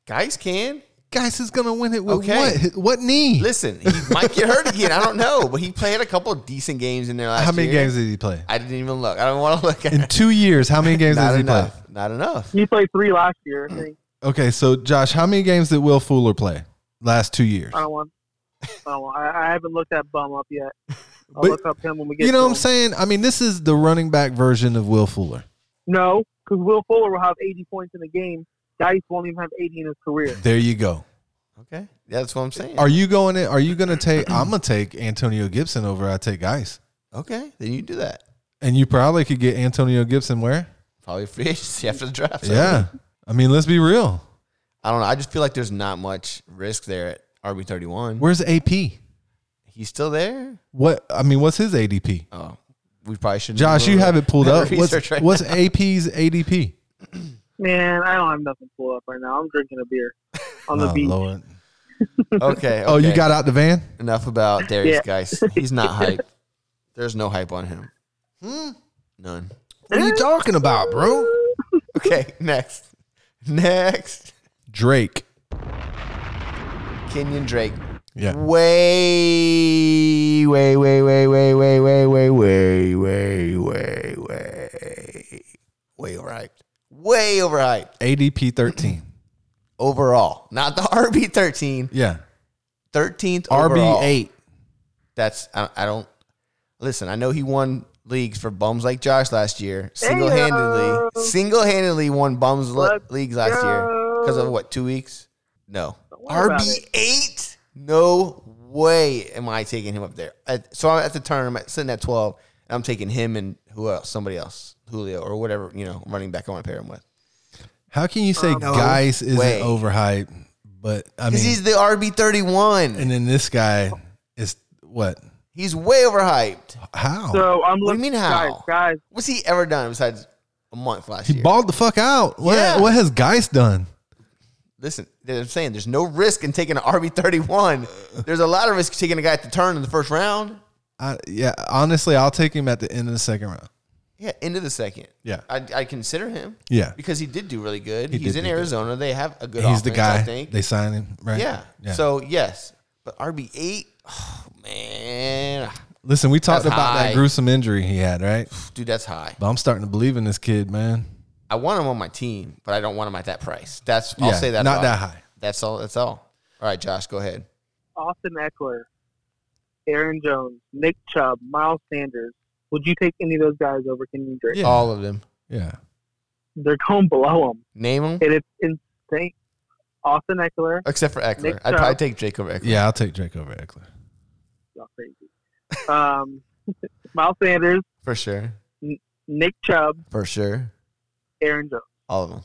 guys can.
Guys is gonna win it with
Okay.
what? What knee?
Listen, he might get hurt again. I don't know, but he played a couple of decent games in there last year.
How many games did he play?
I didn't even look. I don't want to look at
In two years, how many games
Not
did he play?
enough. Not enough.
he played three last year.
Mm.
I think.
Okay, so Josh, how many games did Will Fuller play last two years?
I don't want. I, don't want I, I haven't looked that bum up yet. I'll
But-
look up him when we get.
You know
to
what I'm
him.
saying? I mean, this is the running back version of Will Fuller.
No, because Will Fuller will have 80 points in a game. Dice won't even have 80 in his career.
There you go.
Okay, that's what I'm saying.
Are you going? In, are you going to take? I'm going to take Antonio Gibson over. I take Ice,
okay, then you do that.
and you probably could get Antonio Gibson where?
Probably free agency after the draft.
Yeah. I mean, let's be real.
I don't know. I just feel like there's not much risk there at RB thirty one.
Where's AP?
He's still there.
What I mean, what's his ADP?
Oh, we probably should.
Josh, you have it pulled up.
Research
What's,
right
what's AP's ADP?
Man, I don't have nothing pulled up right now. I'm drinking a beer on the
Oh,
beach.
Lord.
okay,
Oh, you
okay.
got out the van?
enough about Darius,
Yeah.
guys. He's not hyped. There's no hype on him.
Hmm.
None.
What are you talking about, bro?
Okay, next, next,
Drake.
Kenyon Drake.
Yeah.
Way, way, way, way, way, way, way, way, way, way, way, way, way overhyped. Way overhyped.
ADP 13.
Overall, not the RB thirteen.
Yeah.
13th overall.
RB 8.
That's I, I don't listen. I know he won leagues for bums like Josh last year, single handedly,
Heyo.
single handedly won bums le-
Let's
leagues last year because of
go.
what two weeks? No,
Don't worry about
RB eight. No way am I taking him up there. At- so I'm at the turn. I'm at, sitting at 12, I'm taking him and who else? Somebody else, Julio or whatever you know, running back I want to pair him with.
How can you say
Oh, no
guys isn't
way.
overhyped? But I mean,
Because he's the RB thirty one.
and then this guy is what?
He's way overhyped.
How
So I'm
What do you
looking.
mean how?
Guys, guys,
What's he ever done besides a month last
he
year?
balled the fuck out? What
Yeah.
what has guys done?
Listen, I'm saying there's no risk in taking an RB thirty one.
Uh.
There's a lot of risk taking a guy at the turn in the first round.
I, yeah, honestly, I'll take him at the end of the second round.
Yeah, into the second.
Yeah.
I I consider him.
Yeah.
because he did do really good.
He
He's
did
in
do good.
Arizona. They have a good.
He's the
offense,
guy.
I think.
They signed him, right?
yeah. So yes, but RB eight. Oh man,
listen, we talked
That's
about
high.
that gruesome injury he had, right?
dude, that's high.
But I'm starting to believe in this kid, man.
I want him on my team, but I don't want him at that price. That's I'll
Yeah,
say that.
not
about
that
him.
high.
That's all. That's all. All right, Josh, go ahead.
Austin Eckler, Aaron Jones, Nick Chubb, Miles Sanders. Would you take any of those guys over Kenyon Drake?
Yeah.
All of them.
Yeah,
They're going below him,
Name them
and it's insane. Austin Eckler,
except for Eckler.
Nick
I'd probably
Chubb.
take Jacob Eckler.
yeah, I'll take Drake over Eckler.
y'all crazy. Um, Miles Sanders,
for sure.
Nick Chubb,
For sure.
Aaron Jones.
All of them.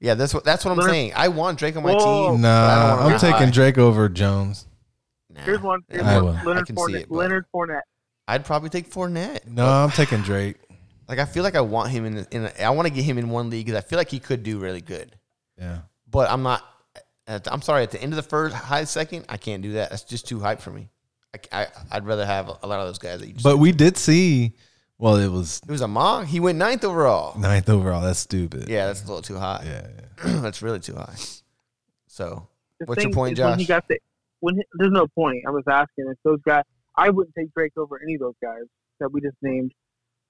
Yeah, that's what that's what I'm
Leonard-
saying. I want Drake on my
Whoa.
team.
nah,
Oh, I don't
I'm
wanna be
taking
high.
Drake over Jones.
Nah.
Here's one. Here's
I
one.
will.
I
Leonard
can see
Fournette.
it, but-
Leonard Fournette.
I'd probably take Fournette.
No, I'm taking Drake.
Like I feel like I want him in. the- in a, I want to get him in one league because I feel like he could do really good.
Yeah,
But I'm not. At the, I'm sorry. At the end of the first high second, I can't do that. That's just too hype for me. I, would rather have a, lot of those guys. That you just,
but we did see. Well, it was
it was a mock. He went ninth overall.
ninth overall. That's stupid.
Yeah, that's a little too high.
yeah, yeah.
that's really too high. So
The
What's your
thing
point,
is When he
Josh?
got the, when he- there's no point. I was asking if those guys. I wouldn't take Drake over any of those guys that we just named.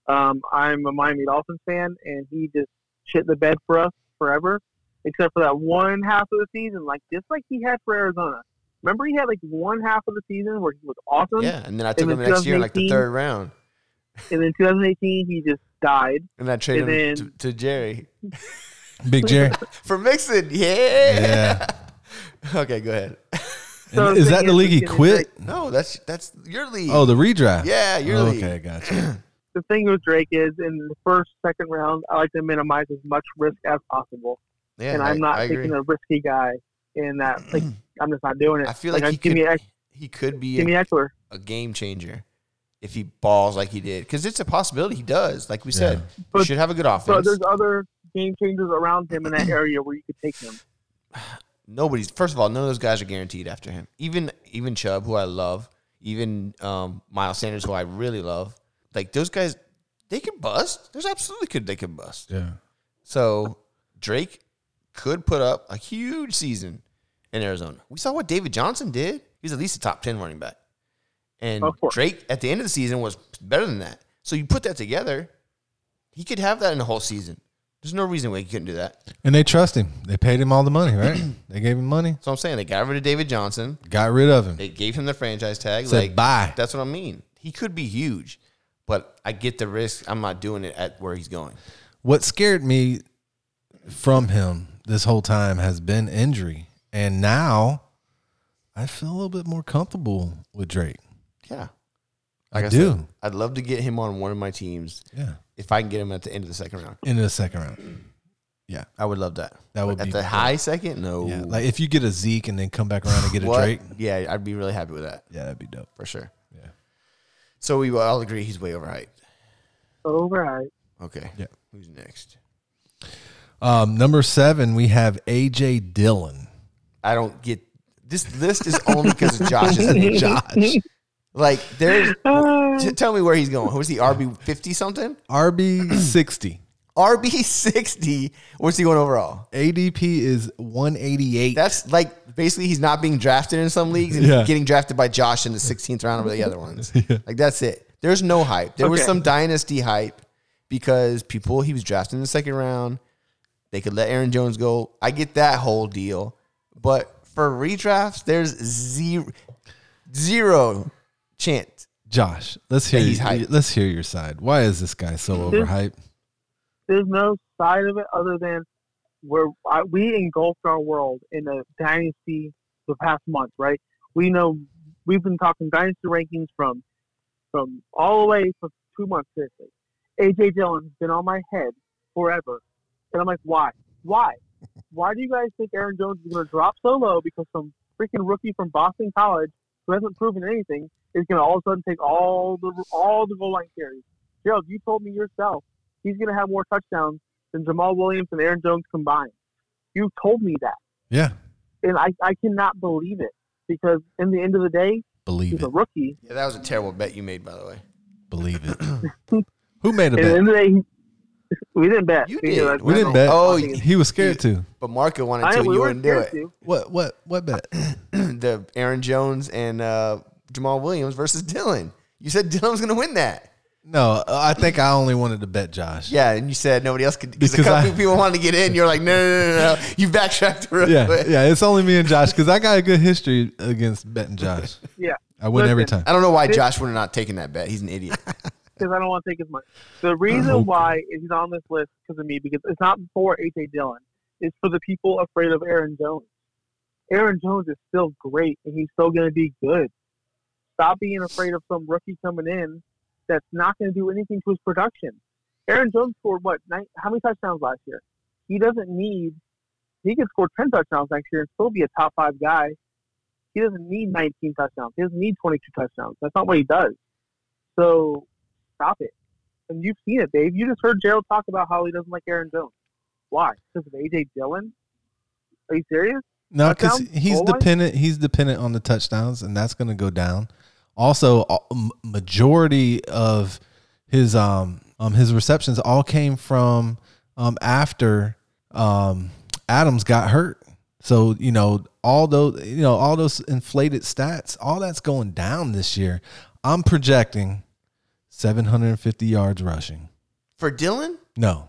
Um, I'm a Miami Dolphins fan, and he just shit the bed for us forever, except for that one half of the season, like just like he had for Arizona. Remember, he had like one half of the season where he was awesome,
yeah, and then I took
was
him the next year, in like the
2018.
third round,
and then 2018 he just died.
and I traded
And
him
then-
to, to Jerry
Big Jerry.
for Mixon. Yeah.
Yeah.
okay, go ahead.
So
And is
the
that
thing
the
is,
league he
Kenyon
quit?
No, that's that's your league.
Oh, the redraft.
yeah, your league.
Okay, gotcha.
the thing with Drake is in the first, second round, I like to minimize as much risk as possible.
Yeah,
and
I-
I'm not
I agree.
taking a risky guy in that. Like, I'm just not doing it.
I feel like,
I-
he
give
could
me Eck-
he could be
give me
a,
Eckler.
a game changer if he balls like he did because it's a possibility he does. Like we said, he
But-
should have a good
So
offense.
there's other game changers around him in that area where you could take him.
Nobody's first of all, none of those guys are guaranteed after him. Even even Chubb, who I love, even um, Miles Sanders, who I really love. Like those guys, they can bust. There's absolutely could they can bust.
Yeah.
So Drake could put up a huge season in Arizona. We saw what David Johnson did. He was at least a top 10 running back. And
Of course.
Drake at the end of the season was better than that. So you put that together, he could have that in the whole season. There's no reason why he couldn't do that.
And they trust him. They paid him all the money, right? they gave him money.
So I'm saying they got rid of David Johnson.
Got rid of him.
They gave him the franchise tag.
Said
like
bye.
That's what I mean. He could be huge, but I get the risk. I'm not doing it at where he's going.
What scared me from him this whole time has been injury. And now I feel a little bit more comfortable with Drake.
Yeah.
I,
said,
do.
I'd love to get him on one of my teams
yeah.
if I can get him at the end of the second round.
Into the second round.
I would love that.
That would
at
be
the high second. No,
Yeah. Like if you get a Zeke and then come back around and get a
What?
Drake.
Yeah, I'd be really happy with that
Yeah, that'd be dope.
for sure.
Yeah.
So we all agree he's way overhyped.
Over, right.
Okay.
Yeah.
Who's next?
Um, number seven, we have AJ Dillon.
I don't get this list is only because of Josh's name.
Josh.
Like there's t- tell me where he's going. Who's he? RB fifty something?
RB sixty.
RB sixty. What's he going overall?
ADP is one eighty eight.
That's like basically he's not being drafted in some leagues and
Yeah.
he's getting drafted by Josh in the 16th round of the other ones. Like that's it. There's no hype. There was
Okay.
some dynasty hype because people he was drafted in the second round. They could let Aaron Jones go. I get that whole deal. But for redrafts, there's zero zero chance.
Josh, let's hear
He's Mm-hmm.
you-
hyped.
let's hear your side. Why is this guy so
This-
overhyped?
There's no side of it other than where I, we engulfed our world in a dynasty the past month, right? We know we've been talking dynasty rankings from from all the way from two months seriously. AJ Dillon's been on my head forever, and I'm like, why? Why? Why do you guys think Aaron Jones is going to drop so low because some freaking rookie from Boston College who hasn't proven anything is going to all of a sudden take all the all the goal line carries? Gerald, you told me yourself he's going to have more touchdowns than Jamal Williams and Aaron Jones combined. You told me that,
Yeah.
and I, I cannot believe it because in the end of the day,
Believe
he's a
it.
rookie.
Yeah, that was a terrible bet you made, by the way.
Believe it. Who made a
And at the
bet?
end of the day, he- we didn't bet.
You
We
did.
that's-
We didn't bet.
that's-
Oh,
Oh, he was scared to.
But Marco wanted
I
to.
we
you
were
wouldn't do
scared
it.
to.
What? What? What bet?
the Aaron Jones and uh, Jamal Williams versus Dylan. You said Dylan's going to win that.
No, I think I only wanted to bet Josh.
Yeah, and you said nobody else could because a
Because
couple
I-
people wanted to get in. You're like, no, no, no, no, no. You backtracked real
yeah,
quick.
yeah. It's only me and Josh because I got a good history against betting Josh.
Yeah.
I win every
Listen.
time.
I don't know why Josh would have not taken that bet. He's an idiot.
because I don't want to take his money. The reason why he's on this list because of me, because it's not for AJ Dillon. It's for the people afraid of Aaron Jones. Aaron Jones is still great, and he's still going to be good. Stop being afraid of some rookie coming in that's not going to do anything to his production. Aaron Jones scored what? Nine, how many touchdowns last year? He doesn't need. He can score ten touchdowns next year and still be a top five guy. He doesn't need 19 touchdowns. He doesn't need 22 touchdowns. That's not what he does. So stop it. And you've seen it, babe. You just heard Gerald talk about how he doesn't like Aaron Jones. Why? Because of AJ Dillon? Are you serious?
No, because
Touchdown?
he's
Goal line?
dependent. He's dependent on the touchdowns, and that's going to go down. Also, a- m- majority of his um um his receptions all came from um after um Adams got hurt. So you know all those you know all those inflated stats, all that's going down this year. I'm projecting 750 yards rushing.
For Dylan?
No,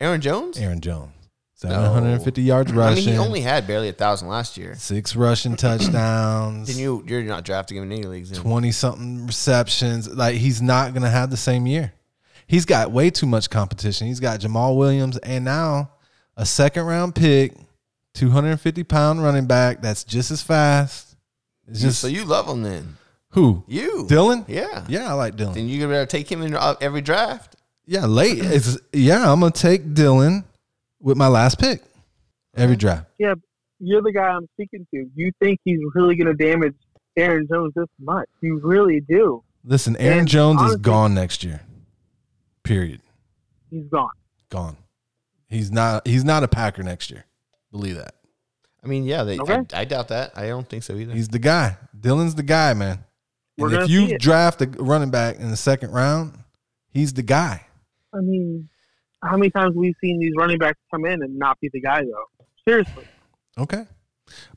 Aaron Jones?
Aaron Jones 750 yards rushing.
I mean, he only had barely a 1,000 last year.
six rushing touchdowns.
Then you, you're not drafting him in any leagues. then.
20 something receptions. Like he's not going to have the same year. He's got way too much competition. He's got Jamal Williams and now a second round pick, 250 pound running back that's just as fast. It's just
so you love him then.
who?
You.
Dylan?
Yeah.
Yeah, I like Dylan.
Then you better take him in uh, every draft.
yeah, late. It's yeah, I'm going to take Dylan with my last pick every draft.
Yeah, you're the guy I'm speaking to. You think he's really going to damage Aaron Jones this much? You really do.
Listen, Aaron
And
Jones is
honestly-
gone next year. Period.
He's gone.
Gone. He's not he's not a Packer next year. Believe that.
I mean, yeah, they,
Okay.
I, I doubt that. I don't think so either.
He's the guy. Dylan's the guy, man.
We're
And if
gonna see
you
it.
draft a running back in the second round, he's the guy.
I mean, how many times we've seen these running backs come in and not be the guy, though? Seriously.
Okay.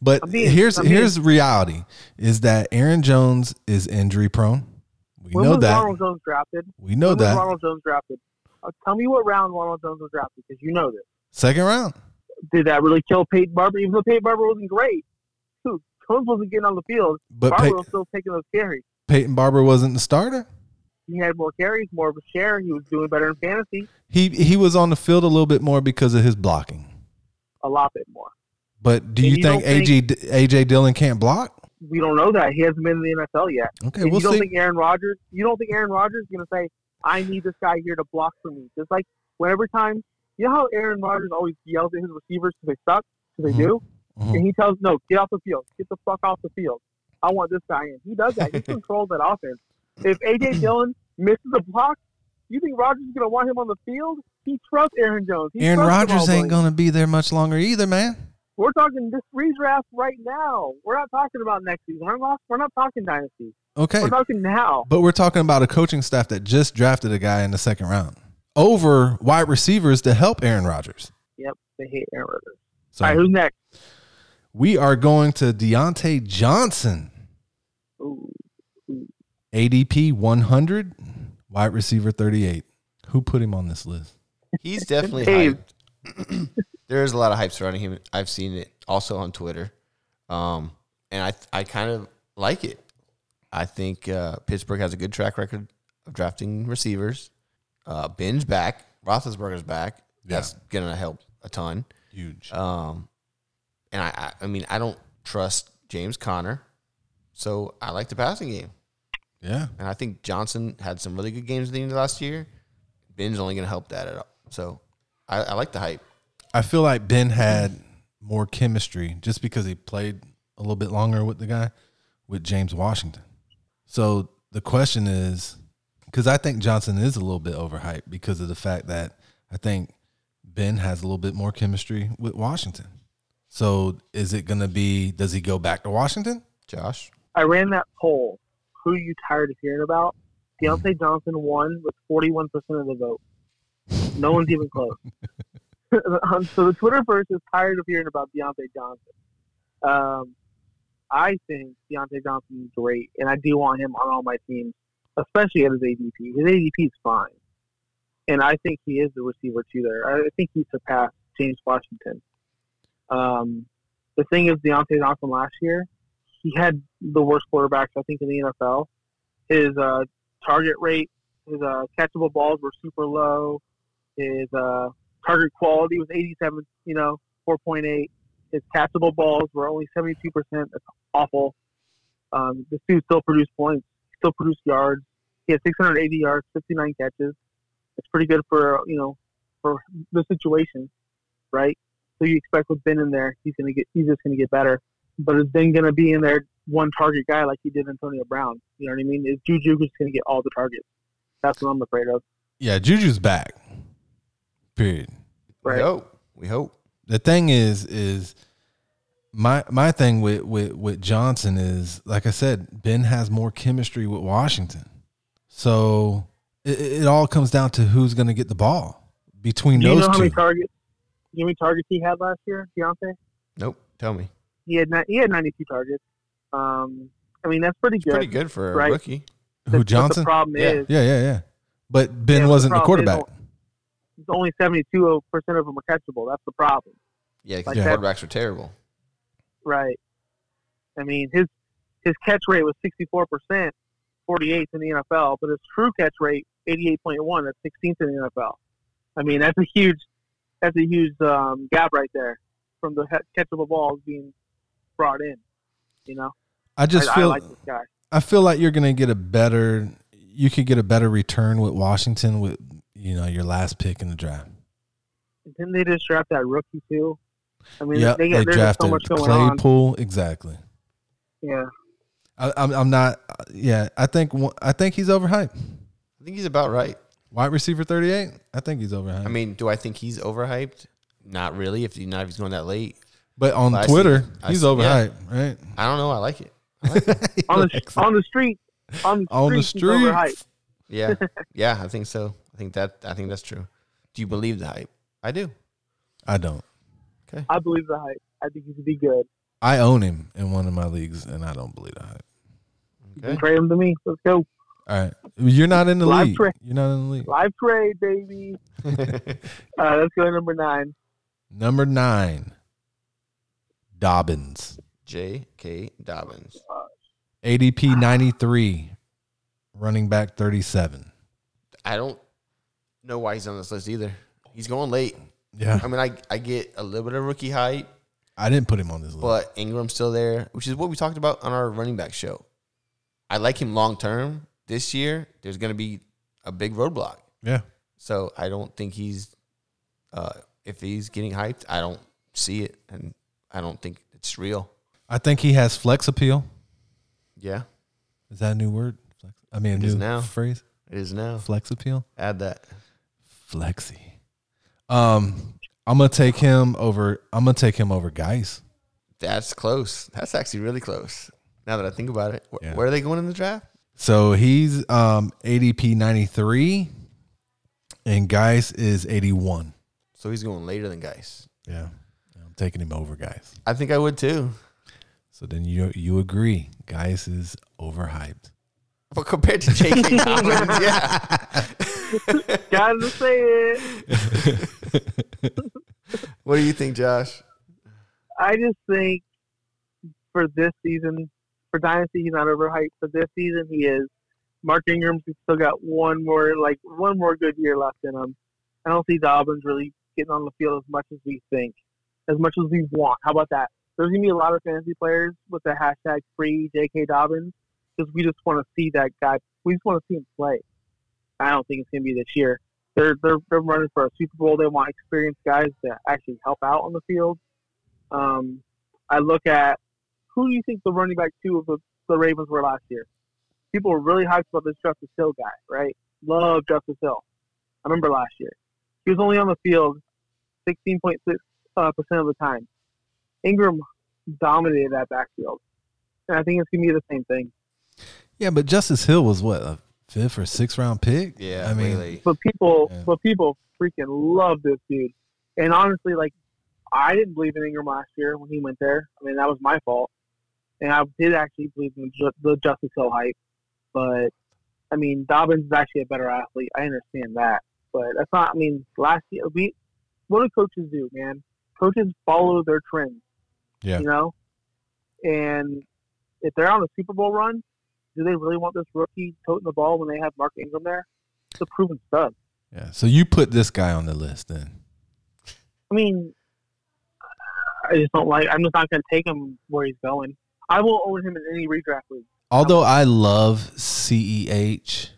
But
I'm being-
here's
I'm being-
here's reality is that Aaron Jones is injury prone. We
When
know
was
that.
Ronald Jones drafted?
we know
when
that.
was Ronald Jones drafted? Uh, tell me what round Ronald Jones was drafted because you know this.
Second round.
did that really kill Peyton Barber? Even though Peyton Barber wasn't great, dude, Jones wasn't getting on the field.
But
Barber
Pey-
was still taking those carries.
Peyton Barber wasn't the starter.
He had more carries, more of a share. He was doing better in fantasy,
He he was on the field a little bit more because of his blocking.
a lot bit more.
But do
And
you,
you
think
don't think-
AJ D- AJ Dillon can't block?
We don't know that he hasn't been in the NFL yet.
Okay,
And
we'll
you don't
see.
think Aaron Rodgers? You don't think Aaron Rodgers is going to say, "I need this guy here to block for me"? Just like when every time, you know how Aaron Rodgers always yells at his receivers because they suck, because they do,
Mhm.
and he tells, "No, get off the field, get the fuck off the field. I want this guy in." He does that. He controls that offense. If
Mm.
AJ Dillon misses a block, you think Rodgers is going to want him on the field? He trusts Aaron Jones. He
Aaron
trusts
Rodgers
Jamal
ain't
Williams.
going to be there much longer either, man.
We're talking this redraft right now. We're not talking about next season. We're not, we're not talking dynasty.
Okay.
We're talking now.
But we're talking about a coaching staff that just drafted a guy in the second round over wide receivers to help Aaron Rodgers.
Yep, they hate Aaron Rodgers.
So
All right, who's next?
we are going to Deontay Johnson,
Ooh,
ADP 100, wide receiver 38. Who put him on this list?
He's definitely
Dave.
hyped. there is a lot of hype surrounding him. I've seen it also on Twitter, um, and I I kind of like it. I think uh, Pittsburgh has a good track record of drafting receivers. Uh, Ben's back, Roethlisberger's back. That's gonna help a ton.
Huge.
Um, and I, I I mean I don't trust James Conner, so I like the passing game.
Yeah.
And I think Johnson had some really good games at the end of last year. Ben's only going to help that at all. So I, I like the hype.
I feel like Ben had more chemistry just because he played a little bit longer with the guy with James Washington. So the question is because I think Johnson is a little bit overhyped because of the fact that I think Ben has a little bit more chemistry with Washington. So is it going to be, does he go back to Washington?
Josh,
I ran that poll. Who you tired of hearing about? Deontay Johnson won with 41% of the vote. No one's even close. Um, so the Twitterverse is tired of hearing about Deontay Johnson. Um, I think Deontay Johnson is great, and I do want him on all my teams, especially at his ADP. His ADP is fine, and I think he is the receiver too. There, I think he surpassed James Washington. Um, the thing is, Deontay Johnson last year, he had the worst quarterbacks I think in the NFL. His uh, target rate, his uh, catchable balls were super low. His uh, target quality was 87, you know, 4.8. His catchable balls were only 72%. That's awful. Um, this dude still produced points, still produced yards. He had 680 yards, 59 catches. It's pretty good for, you know, for the situation, right? So you expect with Ben in there, he's going to get, he's just going to get better. But is Ben going to be in there one target guy like he did Antonio Brown? You know what I mean? Is Juju just going to get all the targets? That's what I'm afraid of,
Yeah, Juju's back. Period.
we
right?
hope. We hope.
the thing is is my my thing with with with Johnson is like I said, Ben has more chemistry with Washington, so it, it all comes down to who's going to get the ball between
Do you
those
know how
two.
many targets? Do you know how many targets he had last year, Deontay?
Nope. Tell me.
He had ni- he had 92 targets. Um, I mean that's pretty
It's
good.
pretty good for a
Right.
rookie.
The-
Who
but
Johnson?
The problem
Yeah.
is
yeah, yeah, yeah. But Ben
Yeah, but the
wasn't the,
problem is
quarterback.
only 72 percent of them are catchable. That's the problem,
Yeah, 'cause
Like
the
that-
quarterbacks are terrible.
right? I mean his his catch rate was 64 percent, 48th in the NFL, but his true catch rate 88.1. That's 16th in the NFL. I mean that's a huge that's a huge um, gap right there from the he- catchable balls being brought in. You know,
I just
I,
feel
I like this guy.
I feel like you're going to get a better you could get a better return with Washington with you know your last pick in the draft.
Didn't they just draft that rookie too? I mean,
Yep,
they,
they,
got there's just
drafted
so much going on.
Claypool exactly.
Yeah,
I, I'm, I'm not. Yeah, I think one- I think he's overhyped.
I think he's about right.
Wide receiver 38. I think he's overhyped.
I mean, do I think he's overhyped? Not really. If he, not if he's going that late,
but on
I see-
Twitter,
I
he's
see- yeah.
overhyped,
I don't know. I like it.
right? He
on the
likes it.
on the street, on the
On the
street, he's overhyped.
streets.
Yeah, yeah. I think so. I think that. I think that's true. Do you believe the hype? I do.
I don't.
Okay.
I believe the hype. I think he could be good.
I own him in one of my leagues, and I don't believe the hype.
You
Okay.
can trade him to me. Let's go
All right, you're not in the
Live
league.
trade.
You're not in the league.
live trade, baby. Uh, let's go to number nine.
Number nine, Dobbins,
J.K. Dobbins.
ADP 93, running back 37.
I don't know why he's on this list either. He's going late.
Yeah,
I mean, I, I get a little bit of rookie hype,
I didn't put him on this list.
but Ingram's still there, which is what we talked about on our running back show. I like him long term. This year, there's going to be a big roadblock.
yeah,
So I don't think he's, uh, if he's getting hyped, I don't see it. And I don't think it's real.
I think he has flex appeal.
Yeah,
Is that a new word? Flex. I mean, a
It
new
is now.
phrase.
it is now.
Flex appeal.
Add that.
Flexi. Um, I'm gonna take him over. I'm gonna take him over Geis.
That's close. That's actually really close. Now that I think about it, Wh-
Yeah.
where are they going in the draft?
So he's um ADP 93, and Geis is 81.
So he's going later than guys.
Yeah, I'm taking him over Geis.
I think I would too.
So then you you agree? Geis is overhyped.
But compared to J.K. Dobbins, yeah.
Gotta say it.
What do you think, Josh?
I just think for this season, for Dynasty, he's not overhyped. For this season, he is. Mark Ingram's still got one more, like one more good year left in him. I don't see Dobbins really getting on the field as much as we think, as much as we want. How about that? There's gonna be a lot of fantasy players with the hashtag free J.K. Dobbins because we just want to see that guy. We just want to see him play. I don't think it's going to be this year. They're, they're they're running for a Super Bowl. They want experienced guys to actually help out on the field. Um, I look at who do you think the running back two of the, the Ravens were last year? People were really hyped about this Justice Hill guy, right? Love Justice Hill. I remember last year he was only on the field 16.6 uh, percent of the time. Ingram dominated that backfield, and I think it's gonna be the same thing.
Yeah, but Justice Hill was what a fifth or sixth round pick.
Yeah,
I mean,
really.
But people,
Yeah.
but people freaking love this dude. And honestly, like I didn't believe in Ingram last year when he went there. I mean, that was my fault. And I did actually believe in ju- the Justice Hill hype, but I mean, Dobbins is actually a better athlete. I understand that, but that's not. I mean, last year we, what do coaches do, man? Coaches follow their trends.
Yeah.
You know, and if they're on a Super Bowl run, do they really want this rookie toting the ball when they have Mark Ingram there? It's a proven stud.
yeah. So you put this guy on the list then?
I mean, I just don't like. I'm just not going to take him where he's going. I will own him in any redraft league.
Although I love Ceh,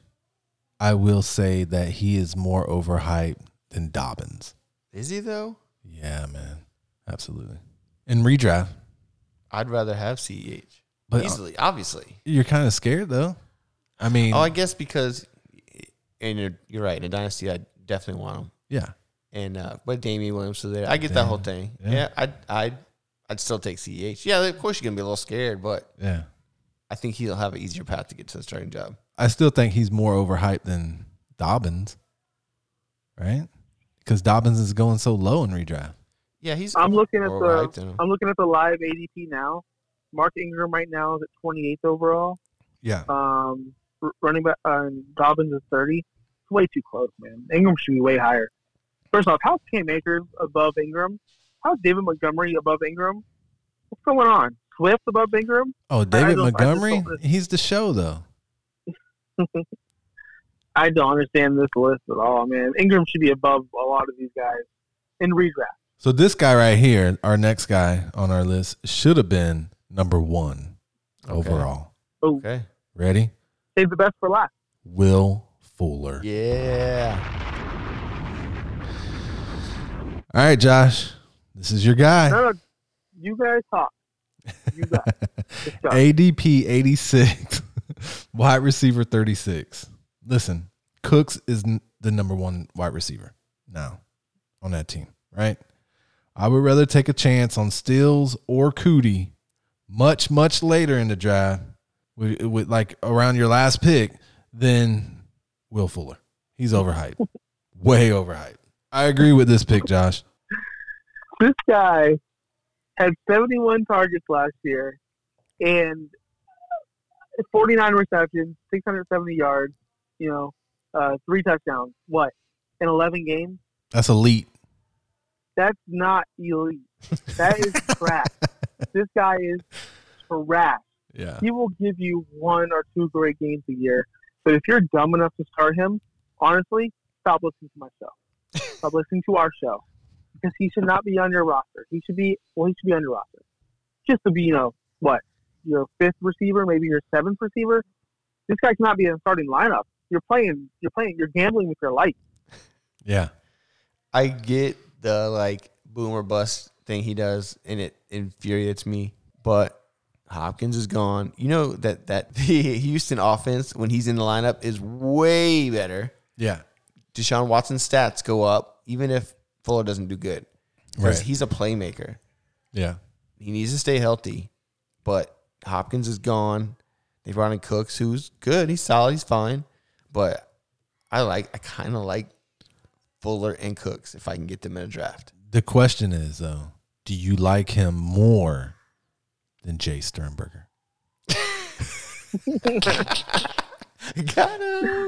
I will say that he is more overhyped than Dobbins.
Is he though?
Yeah, man, absolutely. In redraft,
I'd rather have Ceh
but uh,
easily, obviously.
you're kind of scared though. I mean,
Oh, I guess because, and you're you're right. In a dynasty, I definitely want him.
yeah,
and uh, but Damian Williams was there. I get that whole thing.
Yeah.
Yeah, I'd, I'd I'd still take Ceh. Yeah, of course you're gonna be a little scared, but
yeah.
I think he'll have an easier path to get to the starting job.
I still think he's more overhyped than Dobbins, right? Because Dobbins is going so low in redraft.
Yeah, he's.
I'm looking at
more
the-
overhyped than him.
I'm looking at the live ADP now. Mark Ingram right now is at 28th overall.
Yeah,
Um, r- running back uh, Dobbins is 30. It's way too close, man. Ingram should be way higher. First off, how's Cam Akers above Ingram? How's David Montgomery above Ingram? What's going on? Swift above Ingram?
Oh, David
don't- I just don't
Montgomery,
listen.
he's the show though.
I don't understand this list at all, man. Ingram should be above a lot of these guys in redraft.
So this guy right here, our next guy on our list, should have been number one
Okay.
overall.
Okay.
Ready?
Save the best for last.
Will Fuller.
Yeah.
All right, Josh, this is your guy.
No, no, you guys talk. You guys. Just talk.
ADP 86, wide receiver 36. Listen, Cooks is n- the number one wide receiver now on that team, right? I would rather take a chance on Stills or Cootie much, much later in the draft with, with like around your last pick than Will Fuller. He's overhyped, way overhyped. I agree with this pick, Josh.
This guy had 71 targets last year and 49 receptions, 670 yards, you know, uh, three touchdowns. What? In 11 games?
That's elite.
That's not elite. That is trash. This guy is trash.
Yeah.
he will give you one or two great games a year. But if you're dumb enough to start him, honestly, stop listening to my show. Stop listening to our show because he should not be on your roster. He should be well. He should be on your roster just to be, you know, what your fifth receiver, maybe your seventh receiver. This guy cannot be in the starting lineup. You're playing. You're playing. You're gambling with your life.
Yeah.
I get the like boom or bust thing he does, and it infuriates me. But Hopkins is gone. You know that that the Houston offense when he's in the lineup is way better.
Yeah.
Deshaun Watson's stats go up, even if Fuller doesn't do good. Because
Right.
he's a playmaker.
Yeah.
He needs to stay healthy. But Hopkins is gone. They brought in Cooks, who's good. He's solid. He's fine. But I like I kind of like Fuller and Cooks if I can get them in a draft.
The question is though, do you like him more than Jay Sternberger?
Got him.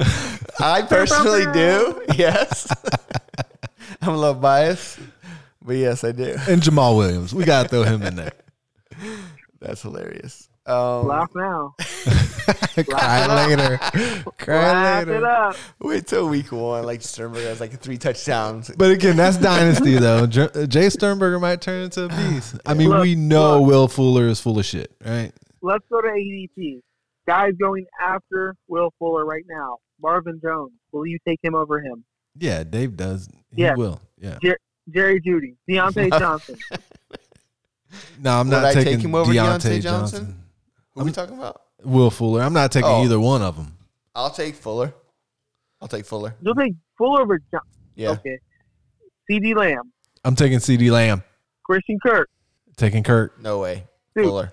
I personally do. Yes. I'm a little biased. But yes, I do.
And Jamal Williams. We gotta throw him in there.
That's hilarious. Um,
Laugh now.
Cry later. Cry
Laugh it
later.
up.
wait till week one. Like Sternberger has like three touchdowns.
But again, that's dynasty though. Jer- Jay Sternberger might turn into a beast. I mean,
Look,
we know Will Fuller is full of shit, right?
Let's go to ADP. Guys going after Will Fuller right now. Marvin Jones. Will you take him over him?
Yeah, Dave does. He
Yeah.
will. Yeah.
Jerry Judy. Deontay Johnson.
No, I'm
Would
not
I take
taking
him over
Deontay,
Deontay
Johnson.
Johnson? Who are we talking about?
Will Fuller. I'm not taking
Oh.
either one of them.
I'll take Fuller. I'll take Fuller.
You'll take Fuller over Johnson.
Yeah.
Okay. CD Lamb.
I'm taking CD Lamb.
Christian Kirk.
Taking Kirk.
No way.
Dude.
Fuller.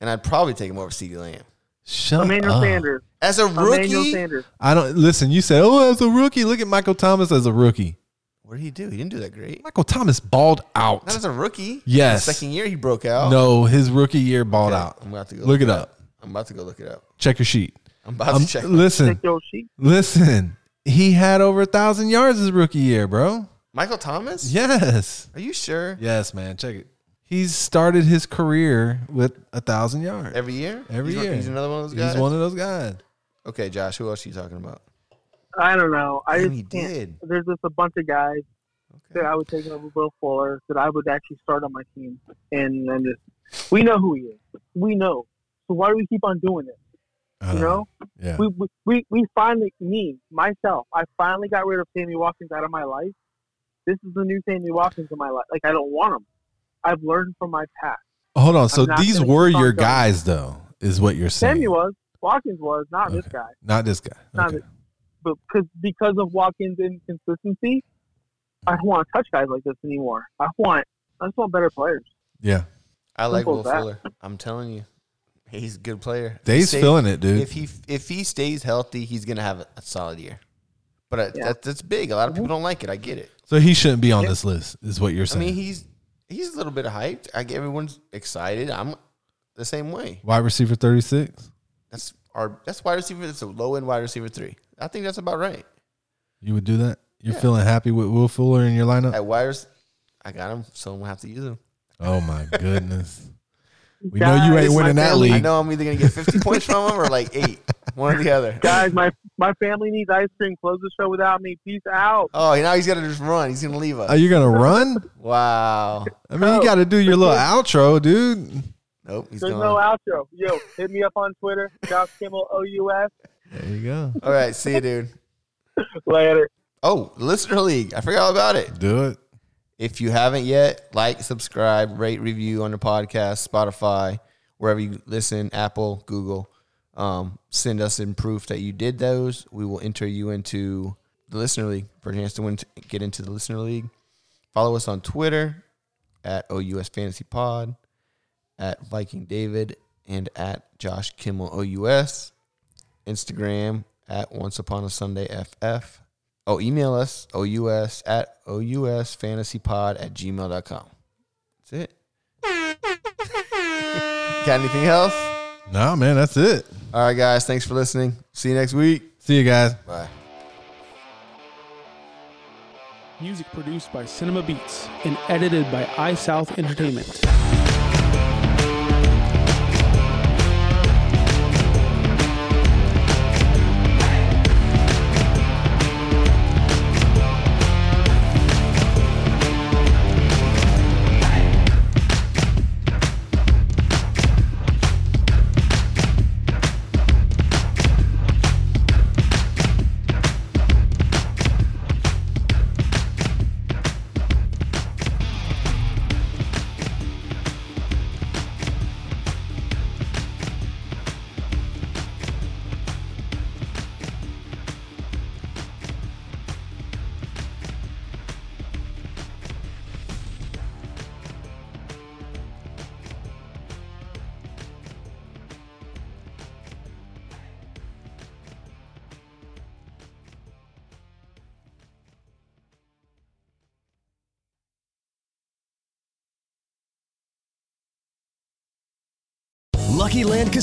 And I'd probably take him over CeeDee Lamb.
Shut
Emmanuel
up.
Sanders.
As a Uh,
Emmanuel
rookie.
Sanders.
I don't listen. You said, "Oh, as a rookie, look at Michael Thomas as a rookie."
What did he do? He didn't do that great.
Michael Thomas balled out.
Not as a rookie.
Yes.
The second year he broke out.
No, his rookie year balled
Okay,
out.
I'm about to go
Look it up.
I'm about to go look it up.
Check your sheet.
I'm about
Um,
to check.
listen,
Take your sheet.
listen. He had over a thousand yards his rookie year, bro.
Michael Thomas?
Yes,
Are you sure?
yes, man. Check it. He's started his career with a thousand yards
Every year?
Every
He's-
year.
He's another one of those
He's
guys.
one of those guys.
okay, Josh, who else are you talking about?
I don't know. I
Damn,
just
he
can't.
did.
There's just a bunch of guys that
Okay.
I would take over Will Fuller that I would actually start on my team, and then just we know who he is. We know. So why do we keep on doing it?
I
Uh,
You
don't
know,
Uh, Yeah.
we, we we we finally me myself. I finally got rid of Sammy Watkins out of my life. This is the new Sammy Watkins in my life. Like I don't want him. I've learned from my past.
Hold on. So
I'm not
these
gonna
were
keep
your
on going.
guys, though, is what you're saying?
Sammy was Watkins was not this
Okay.
guy,
Not this guy.
Not
Okay.
this- but because because of Watkins' inconsistency, I don't want to touch guys like this anymore. I want I just want better players.
Yeah.
I like
Simple
Will
as that.
Fuller. I'm telling you. He's a good player.
Dave's
Stay-
feeling it, dude.
If he if he stays healthy, he's gonna have a, a solid year. But I,
Yeah.
that, that's big. A lot of people don't like it. I get it.
so he shouldn't be on this list, is what you're
I
saying.
mean, he's he's a little bit hyped. I, everyone's excited. I'm the same way.
Wide receiver 36.
That's our that's wide receiver. That's a low end wide receiver three. I think that's about right.
You would do that? You're feeling happy with Will Fuller in your lineup?
At wide, rec- I got him. So I'm gonna have to use him.
oh, my goodness. We know you
Guys,
ain't
my
winning that
family-
league.
I know I'm either gonna get 50 points from him or like eight, one or the other.
Guys, my my family needs ice cream. Close the show without me. Peace out.
Oh, now he's gonna just run. He's gonna leave
Are
us.
you going to run?
Wow.
I mean, you got to do your little outro, dude.
Nope. He's
There's
gone.
no outro. Yo, hit me up on Twitter, Josh Kimmel OUS.
There you go.
All right. See you, dude.
Later.
Oh, listener league. I forgot all about it.
Do it.
If you haven't yet, like, subscribe, rate, review on the podcast, Spotify, wherever you listen, Apple, Google. Um, send us in proof that you did those. We will enter you into the listener league for a chance to win, get into the listener league. Follow us on Twitter at OUS Fantasy Pod, at Viking David, and at Josh Kimmel OUS. Instagram at Once Upon a Sunday FF. Oh, email us, OUS at OUSFantasyPod at gmail.com. That's it. Got anything else?
Nah, man, that's it.
All right, guys. Thanks for listening. See you next week.
See you guys.
Bye.
Music produced by Cinema Beats and edited by iSouth Entertainment.
Lucky Land